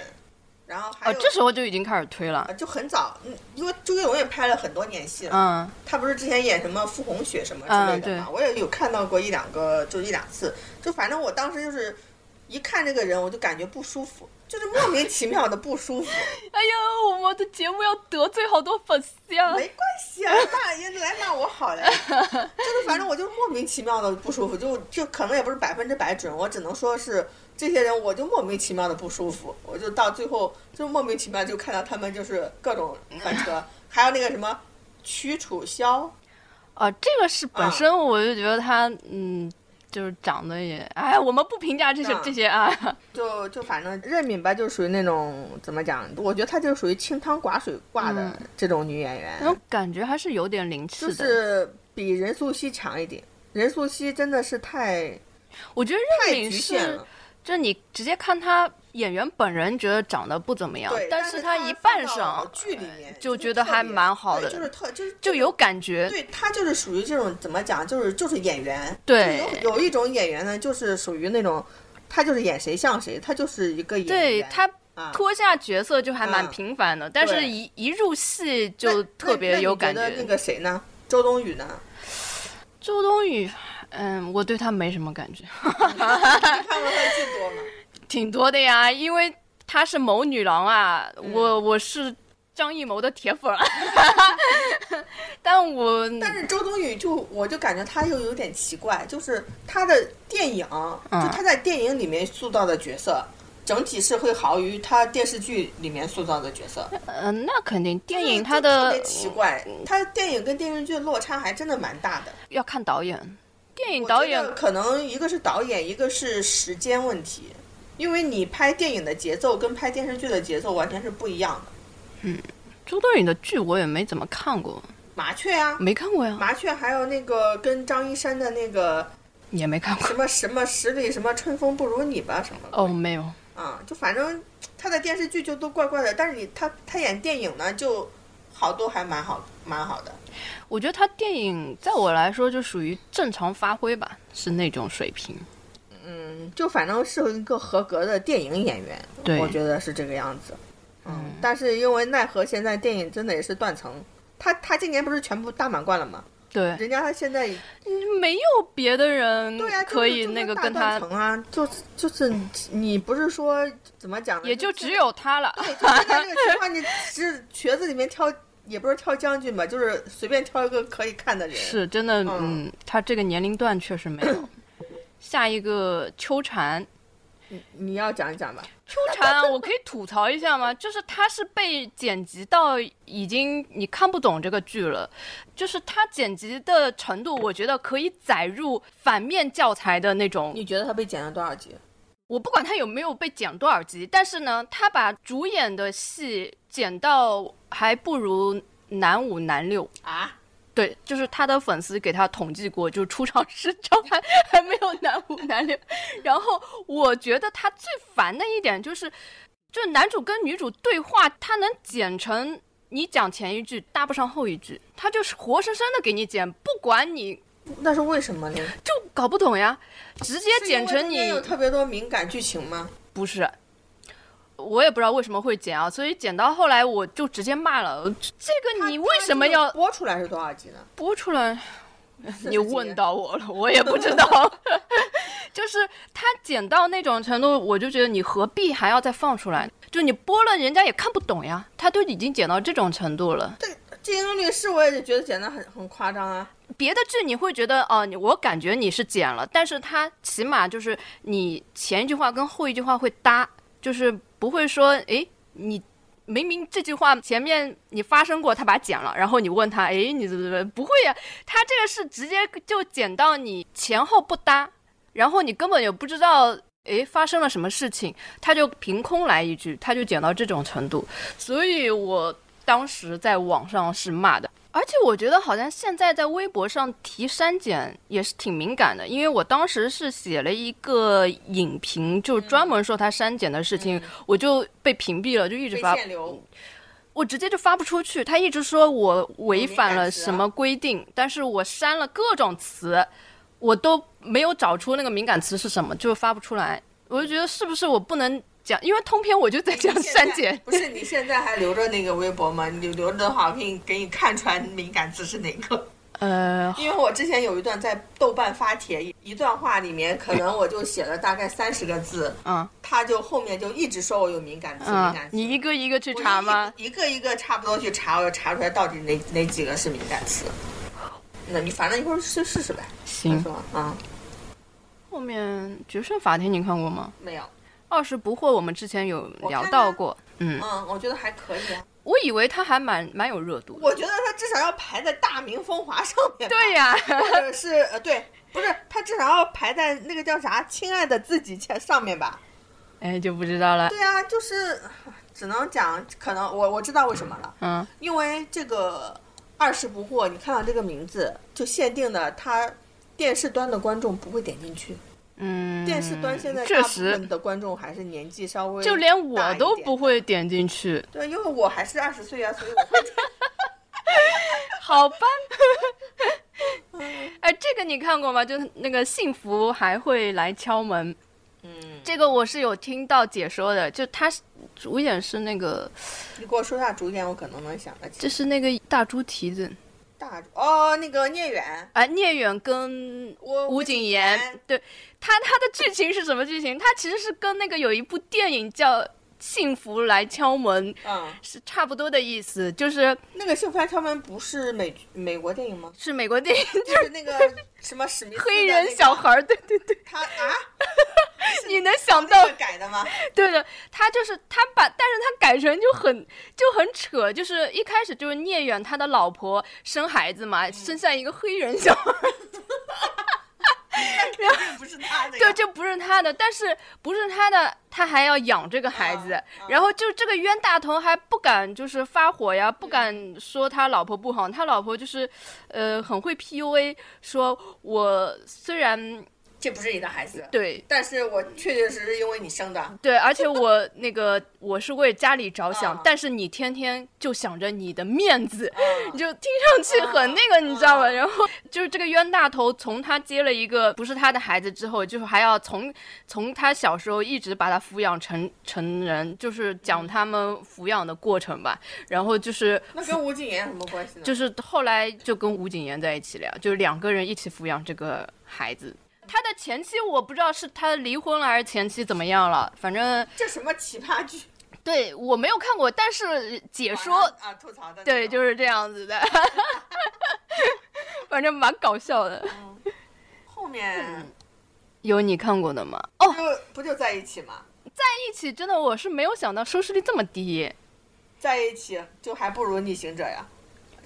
B: 然后还
A: 哦，
B: 有、
A: 这时候就已经开始推了
B: 啊。就很早，嗯，因为朱一龙也拍了很多年戏了，
A: 嗯
B: 他不是之前演什么傅红雪什么之类
A: 嗯
B: 的嘛，我也有看到过一两个，就一两次，就反正我当时就是一看这个人，我就感觉不舒服，就是莫名其妙的不舒服。
A: 哎呦，我们的节目要得罪好多粉丝呀！
B: 没关系啊，骂也来骂我好了，就是反正我就莫名其妙的不舒服，就就可能也不是百分之百准，我只能说是这些人我就莫名其妙的不舒服，我就到最后就莫名其妙就看到他们就是各种翻 车，还有那个什么屈楚萧，啊
A: 啊，这个是本身我就觉得他，嗯，就是长得也，哎，我们不评价这些
B: 那
A: 这些啊，
B: 就就反正任敏吧，就属于那种怎么讲？我觉得她就属于清汤寡水挂的
A: 嗯
B: 这种女演员，
A: 那种感觉还是有点灵气
B: 就
A: 的。
B: 是比任素汐强一点。任素汐真的是太
A: 我觉得
B: 太
A: 任
B: 局
A: 敏
B: 限
A: 是
B: 了，，
A: 就你直接看她演员本人，觉得长得不怎么样
B: 对，，
A: 但
B: 是
A: 她
B: 她
A: 一
B: 放
A: 扮
B: 到
A: 上哎
B: 剧里面
A: 就觉
B: 是
A: 得
B: 特
A: 还
B: 别
A: 蛮好
B: 对
A: 的
B: 就是特就是
A: 就有感觉。
B: 对他就是属于这种怎么讲，就是就是演员。
A: 对
B: 就是有有一种演员呢，就是属于那种，他就是演谁像谁，他就是一个演
A: 对
B: 员。
A: 她
B: 啊
A: 脱下角色就还蛮
B: 嗯
A: 平凡的，但是
B: 对
A: 一一入戏
B: 那
A: 就
B: 那
A: 特别有感
B: 那你觉得
A: 觉
B: 那。个谁呢？周冬 雨呢？
A: 周冬雨，嗯，我对她没什么感觉，
B: 你看过她的剧多吗？
A: 挺多的呀，因为她是谋女郎啊，
B: 嗯
A: 我我是张艺谋的铁粉儿， 但我
B: 但是周冬雨就我就感觉她又有点奇怪，就是她的电影，
A: 嗯
B: 就她在电影里面塑造的角色，整体是会好于她电视剧里面塑造的角色。
A: 嗯，那肯定电
B: 就
A: 影
B: 就
A: 它
B: 特
A: 的嗯
B: 别奇怪，她电影跟电视剧的落差还真的蛮大的。
A: 要看导演，电影
B: 我
A: 导
B: 觉
A: 演
B: 得可能一个是导演，一个是时间问题，因为你拍电影的节奏跟拍电视剧的节奏完全是不一样的。
A: 周冬雨的剧我也没怎么看过，
B: 麻雀啊，
A: 没看过呀，
B: 麻雀还有那个跟张一山的那个
A: 也没看过
B: 什。么什么十里什么春风不如你吧什么的
A: 哦，没有，
B: 啊，就反正他的电视剧就都怪怪的，但是你他他演电影呢就好多还蛮好蛮好的。
A: 我觉得他电影在我来说就属于正常发挥吧，是那种水平。
B: 嗯，就反正是一个合格的电影演员，
A: 对
B: 我觉得是这个样子。嗯，但是因为奈何现在电影真的也是断层，他他今年不是全部大满贯了吗？
A: 对，
B: 人家他现在
A: 没有别的人
B: 嗯对呀、啊就是
A: 可以
B: 就是
A: 那个
B: 大
A: 跟他嗯
B: 断，层啊，就就是你不是说怎么讲呢？
A: 也就
B: 现
A: 只有他了。
B: 对，就现在这个情况，你只瘸子里面挑，也不是挑将军吧，就是随便挑一个可以看的人。
A: 是真的，
B: 嗯
A: 嗯，他这个年龄段确实没有。下一个秋蝉，
B: 你要讲一讲吧，
A: 秋 蝉，我可以吐槽一下吗？就是他是被剪辑到已经你看不懂这个剧了，就是他剪辑的程度，我觉得可以载入反面教材的那种。
B: 你觉得他被剪了多少集？
A: 我不管他有没有被剪多少集，但是呢，他把主演的戏剪到还不如男五男六。
D: 啊，
A: 对，就是他的粉丝给他统计过，就出场时长还还没有男五男六。然后我觉得他最烦的一点就是，就男主跟女主对话，他能剪成你讲前一句搭不上后一句，他就是活生生的给你剪，不管你
B: 那是为什么呢？
A: 就搞不懂呀，直接剪成
B: 是因为中
A: 你
B: 间有特别多敏感剧情吗？
A: 不是。我也不知道为什么会剪啊，所以剪到后来我就直接骂了，这个你为什么要
B: 播出来是多少集呢？
A: 播出来，
B: 十
A: 你
B: 集
A: 问到我了，我也不知道。就是他剪到那种程度，我就觉得你何必还要再放出来？就你播了，人家也看不懂呀。他都已经剪到这种程度了，
B: 这金庸律师我也觉得剪得很很夸张啊。
A: 别的剧你会觉得哦、你我感觉你是剪了，但是他起码就是你前一句话跟后一句话会搭，就是不会说诶你。明明这句话前面你发生过，他把它剪了，然后你问他，诶，你怎么怎么不会呀、他这个是直接就剪到你前后不搭，然后你根本也不知道，诶，发生了什么事情，他就凭空来一句，他就剪到这种程度，所以我当时在网上是骂的。而且我觉得好像现在在微博上提删减也是挺敏感的，因为我当时是写了一个影评，就专门说他删减的事情，我就被屏蔽了，就一直
B: 被
A: 发嗯
B: 限流，
A: 我直接就发不出去。他一直说我违反
D: 有敏感
A: 了
D: 词啊
A: 什么规定，但是我删了各种词，我都没有找出那个敏感词是什么，就发不出来。我就觉得是不是我不能讲，因为通篇我就在讲
B: 你现在
A: 删减。
B: 不是你现在还留着那个微博吗？你留着的话，我给你给你看出来敏感词是哪个。
A: 呃，
B: 因为我之前有一段在豆瓣发帖，一一段话里面可能我就写了大概三十个字，
A: 嗯
B: 他就后面就一直说我有敏感词，敏
A: 嗯
B: 感，词。
A: 你一个一个去
B: 我
A: 查吗？
B: 一一个一个差不多去查，我就查出来到底哪哪几个是敏感词。那你反正一会儿试试试呗，
A: 行
B: 是，吧？啊、
A: 后面《决胜法庭》你看过吗？
B: 没有，
A: 《二十不惑》我们之前有聊到过，嗯，
B: 嗯，我觉得还可以啊。
A: 我以为它还蛮蛮有热度的。
B: 我觉得它至少要排在《大明风华》上面吧，
A: 对呀、
B: 或者是呃对，不是它至少要排在那个叫啥《亲爱的自己》前上面吧？
A: 哎，就不知道了。
B: 对啊，就是只能讲，可能我我知道为什么了，
A: 嗯，
B: 因为这个二十不惑，你看到这个名字就限定了它电视端的观众不会点进去。
A: 嗯，
B: 电视端现在
A: 确
B: 大部
A: 实
B: 分，的观众还是年纪稍微
A: 就连
B: 大
A: 我
B: 一
A: 都
B: 点
A: 不会点进去，
B: 对，因为我还是二十岁啊，所以我会
A: 好吧。哎，这个你看过吗？就是那个幸福还会来敲门，
B: 嗯，
A: 这个我是有听到解说的，就他是主演是那个，
B: 你给我说下主演，我可能能想得起。
A: 就是那个大猪蹄子，
B: 大主哦，那个聂远，
A: 啊，聂远跟
B: 我
A: 吴谨言，对他他的剧情是什么剧情？他其实是跟那个有一部电影叫《幸福来敲门》
B: 嗯，
A: 是差不多的意思，就是
B: 那个《幸福来敲门》不是美美国电影吗？
A: 是美国电影
B: 就是那个什么史密斯的
A: 黑
B: 那
A: 人
B: 个
A: 小孩儿，对对对，
B: 他啊，
A: 你能想到
B: 那个改的吗？
A: 对的，他就是他把，但是他改成就很就很扯，就是一开始就是聂远他的老婆生孩子嘛，生下一个黑人小孩，
B: 不是他的呀，
A: 对， 这不是他的，但是不是他的，他还要养这个孩子，
B: 啊啊
A: 然后就这个冤大头还不敢就是发火呀，不敢说他老婆不好，他老婆就是，呃，很会 PUA，说我虽然
B: 这不是你的孩子，
A: 对
B: 但是我确确实实因为你生的，
A: 对，而且我那个我是为家里着想，
B: 啊
A: 但是你天天就想着你的面子，你
B: 嗯
A: 就听上去很那个，你知道吗？然后就是这个冤大头，从他接了一个不是他的孩子之后，就是还要从从他小时候一直把他抚养成成人，就是讲他们抚养的过程吧。然后就是
B: 那跟吴谨言有什么关系呢？
A: 就是后来就跟吴谨言在一起了呀，就是两个人一起抚养这个孩子。他的前妻我不知道是他离婚了还是前妻怎么样了，反正
B: 这什么奇葩剧？
A: 对我没有看过，但是解
B: 网
A: 说
B: 上啊，吐槽的那
A: 对，
B: 种
A: 就是这样子 的，反正蛮搞笑的。
B: 后面
A: 有你看过的吗？嗯哦，
B: 就不就在一起吗？
A: 一起真的我是没有想到收视率这么低。
B: 在一起就还不如逆行者呀，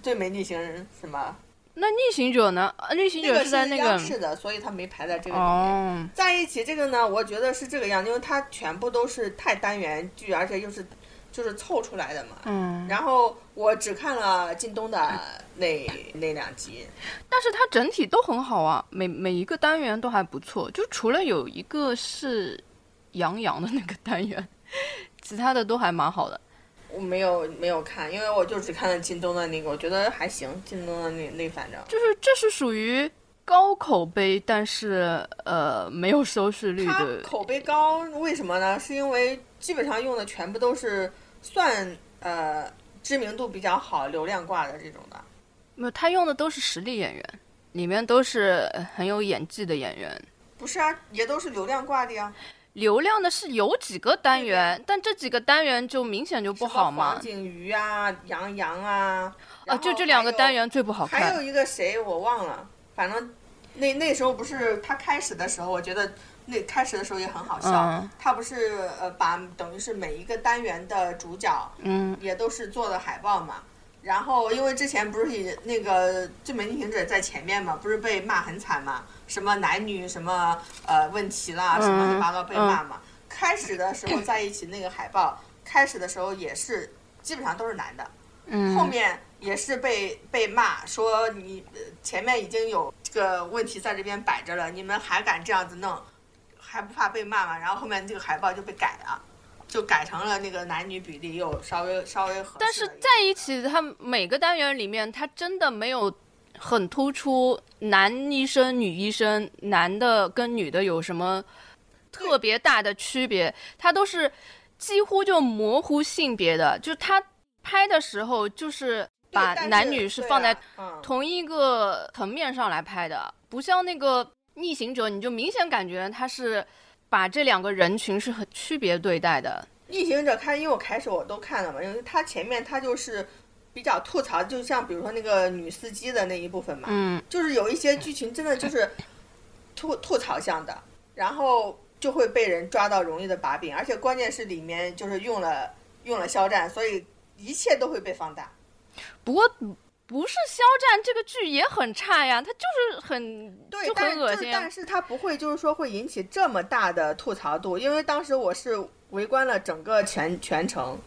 B: 最美逆行人什么？
A: 那逆行者呢？啊逆行
B: 那
A: 者
B: 个
A: 是在那个
B: 央视的，所以他没排在这个里面。
A: 哦，
B: 在一起这个呢，我觉得是这个样，因为它全部都是太单元剧，而且又是就是凑出来的嘛。
A: 嗯，
B: 然后我只看了靳东的那那两集，
A: 但是它整体都很好啊，每每一个单元都还不错，就除了有一个是杨洋的那个单元， 其他的都还蛮好的。
B: 我没有没有看，因为我就只看了靳东的那个，我觉得还行，靳东的那那反正
A: 就是这是属于高口碑，但是呃没有收视率
B: 他
A: 的。
B: 口碑高，为什么呢？是因为基本上用的全部都是算呃知名度比较好、流量挂的这种的。
A: 没有，他用的都是实力演员，里面都是呃很有演技的演员。
B: 不是啊，也都是流量挂的呀。
A: 流量呢是有几个单元，但这几个单元就明显就不好
B: 什么
A: 嘛
B: 黄。景瑜啊，杨洋啊，
A: 啊，
B: 然后
A: 就这两个
B: 还有
A: 单。元最不好
B: 还有
A: 看。
B: 一个谁我忘了，反正那那时候不是他开始的时候，我觉得那开始的时候也很好笑。
A: 嗯
B: 他不是呃把等于是每一个单元的主角
A: 嗯，
B: 也都是做的海报嘛。然后，因为之前不是也那个《最美逆行者》在前面嘛，不是被骂很惨嘛，什么男女什么呃问题啦，什
A: 嗯
B: 么乱七八糟被骂嘛。开始的时候在一起那个海报，开始的时候也是基本上都是男的，
A: 嗯
B: 后面也是被被骂说你呃前面已经有这个问题在这边摆着了，你们还敢这样子弄，还不怕被骂吗？然后后面这个海报就被改了，就改成了那个男女比例又稍微稍微合适了一点。
A: 但是在一起，他每个单元里面，他真的没有很突出男医生、女医生，男的跟女的有什么特别大的区别，他都是几乎就模糊性别的，就他拍的时候就是
B: 对
A: 把
B: 但
A: 男女是
B: 对
A: 放在
B: 啊嗯
A: 同一个层面上来拍的，不像那个《逆行者》，你就明显感觉他是把这两个人群是很区别对待的。
B: 逆行者开，因为我开始我都看了嘛，因为他前面他就是比较吐槽，就像比如说那个女司机的那一部分嘛，
A: 嗯，
B: 就是有一些剧情真的就是吐吐槽向的，然后就会被人抓到容易的把柄，而且关键是里面就是用了用了肖战，所以一切都会被放大。
A: 不过不是肖战这个剧也很差呀，他就是很
B: 对，
A: 就
B: 但
A: 很
B: 是
A: 恶
B: 就是
A: 心啊。
B: 但
A: 是
B: 是
C: 是它不会就是说会引起这么大的吐槽度，因为当时我是围观了整个全全程。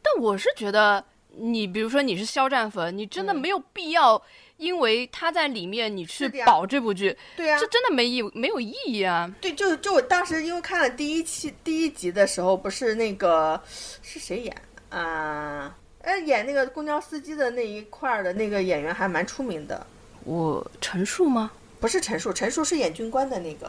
A: 但我是觉得你，比如说你是肖战粉，你
C: 嗯
A: 真的没有必要因为他在里面你去
B: 是的呀
A: 保这部剧，
B: 对啊呀、
A: 这真的没意没有意义啊。
C: 对，就就我当时因为看了第一期第一集的时候，不是那个是谁演啊？呃，演那个公交司机的那一块儿的那个演员还蛮出名的，
A: 我陈述吗？
C: 不是陈数，陈数是演军官的那个。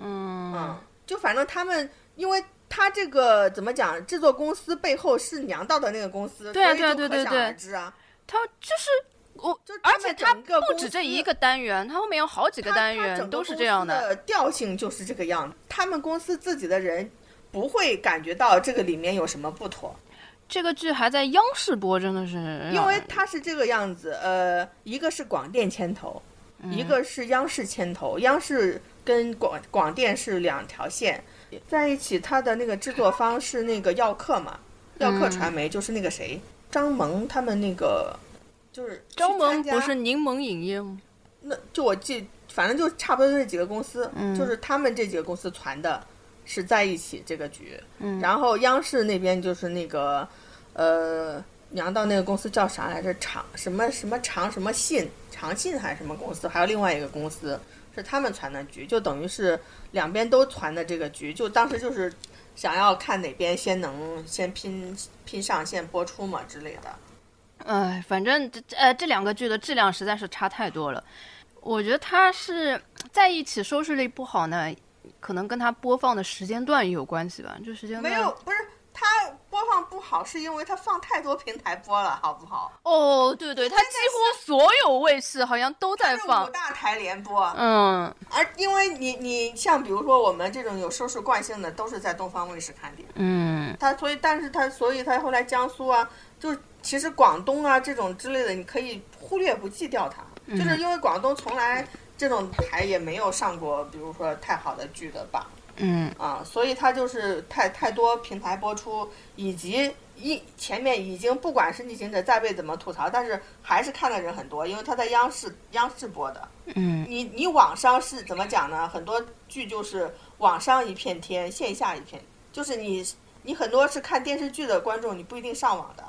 A: 嗯
C: 嗯，就反正他们，因为他这个怎么讲，制作公司背后是娘道的那个公司，
A: 对啊
C: 所以就
A: 对啊对对
C: 可
A: 对
C: 想而知啊。
A: 他就是我
C: 就，他
A: 而
C: 们
A: 且他
C: 整个
A: 不
C: 公
A: 止
C: 司
A: 这一个单元，他后面有好几个
C: 他
A: 单
C: 他整
A: 元
C: 个
A: 都是
C: 公
A: 这样
C: 司
A: 的。
C: 的调性就是这个样子。他们公司自己的人不会感觉到这个里面有什么不妥，
A: 这个剧还在央视播，真的是哎
C: 因为它是这个样子。呃，一个是广电牵头，
A: 嗯
C: 一个是央视牵头，央视跟广广电是两条线在一起。它的那个制作方是那个耀客嘛，耀
A: 嗯
C: 客传媒就是那个谁张萌他们那个，就是去
A: 张萌
C: 参加
A: 不是柠檬影业吗？
C: 那就我记，反正就差不多这几个公司，就是他们这几个公司传的是在一起这个局，然后央视那边就是那个呃，娘道那个公司叫啥来着？长什么什么长什么信长信还是什么公司？还有另外一个公司是他们传的局，就等于是两边都传的这个局，就当时就是想要看哪边先能先拼拼上线播出嘛之类的。
A: 哎，反正这这呃这两个剧的质量实在是差太多了。我觉得它是在一起收视率不好呢，可能跟它播放的时间段也有关系吧。就时间段
B: 没有，不是它播放不好，是因为它放太多平台播了，好不好？
A: 哦，对对，它几乎所有卫视好像都在
B: 是
A: 放
B: 五。大台联播，
A: 嗯，
B: 而因为你你像比如说我们这种有收视惯性的，都是在东方卫视看的。
A: 嗯，
B: 它所以，但是它所以它后来江苏啊，就是其实广东啊这种之类的，你可以忽略不计掉它，就是因为广东从来这种台也没有上过，比如说太好的剧的榜
A: 嗯，
B: 啊，所以它就是太太多平台播出，以及一前面已经不管是逆行者再被怎么吐槽，但是还是看的人很多，因为它在央视央视播的，
A: 嗯，
B: 你你网上是怎么讲呢？很多剧就是网上一片天，线下一片，就是你你很多是看电视剧的观众，你不一定上网的，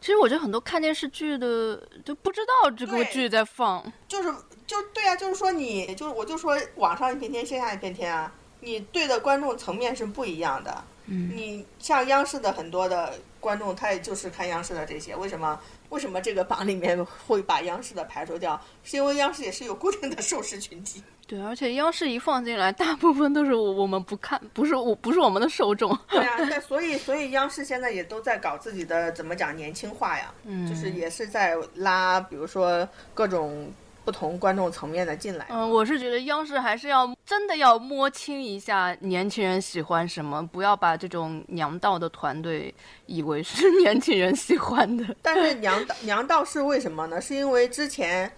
A: 其实我觉得很多看电视剧的都不知道这个
B: 对
A: 剧在放。
B: 就是就对啊，就是说你就是我就说网上一片天，线下一片天啊，你对的观众层面是不一样的。嗯，你像央视的很多的观众，他也就是看央视的这些，为什么？为什么这个榜里面会把央视的排除掉？是因为央视也是有固定的受视群体。
A: 对，而且央视一放进来，大部分都是我我们不看，不是我不是我们的受众。
B: 对啊，对，所以所以央视现在也都在搞自己的怎么讲年轻化呀，嗯，就是也是在拉，比如说各种不同观众层面的进来。
A: 嗯，我是觉得央视还是要真的要摸清一下年轻人喜欢什么，不要把这种娘道的团队以为是 年轻人喜欢的。
B: 但是娘道娘道是为什么呢？是因为之前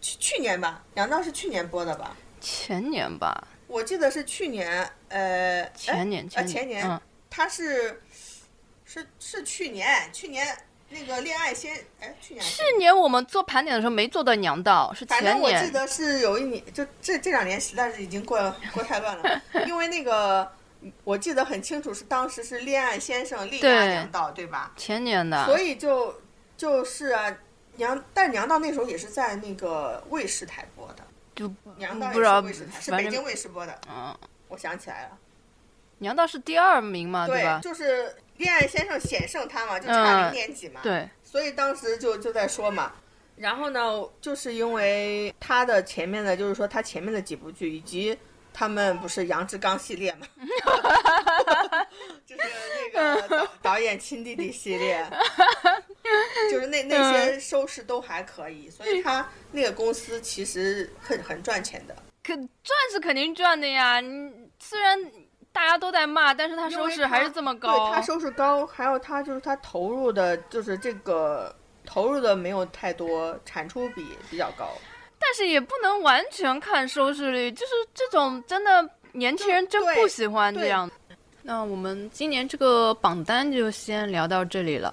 B: 去去年吧，娘道是去年播的吧？
A: 前年吧，
B: 我记得是去年，呃，
A: 前年，
B: 哎哎啊
A: 前
B: 前年
A: 嗯，
B: 他是是是去年，去年那个恋爱先，哎，去年还是
A: 去年我们做盘点的时候没做到娘道，是
B: 反
A: 前
B: 正我记
A: 年。
B: 得是有一年，就这这两年实在是已经过过太乱了，因为那个我记得很清楚，是当时是恋爱先 生力压
A: 对
B: 娘道，对吧？
A: 前年的，
B: 所以就就是啊，娘，但娘道那时候也是在那个卫视台播的，
A: 就
B: 娘道
A: 嗯
B: 也
A: 不知道
B: 是卫视台，是
A: 反
B: 北
A: 正
B: 京卫视播的。
A: 嗯，
B: 我想起来了，
A: 娘道是第二名嘛，
B: 对，
A: 吧？
B: 就是恋爱先生险胜他嘛，就差
A: 嗯
B: 零点几嘛。
A: 对，
B: 所以当时就就在说嘛，
C: 然后呢，就是因为他的前面的，就是说他前面的几部剧，以及他们不是杨志刚系列嘛，
B: 就是那个导
C: 导演亲弟弟系列，就是那那些收视都还可以，所以他那个公司其实很很赚钱的，
A: 可赚是肯定赚的呀。你虽然大家都在骂，但是它收视还是这么高。
C: 对他收视高，还有他就是他投入的，就是这个投入的没有太多，产出比比较高。
A: 但是也不能完全看收视率，就是这种真的年轻人真
C: 对
A: 不喜欢这
C: 对
A: 样。那我们今年这个榜单就先聊到这里了。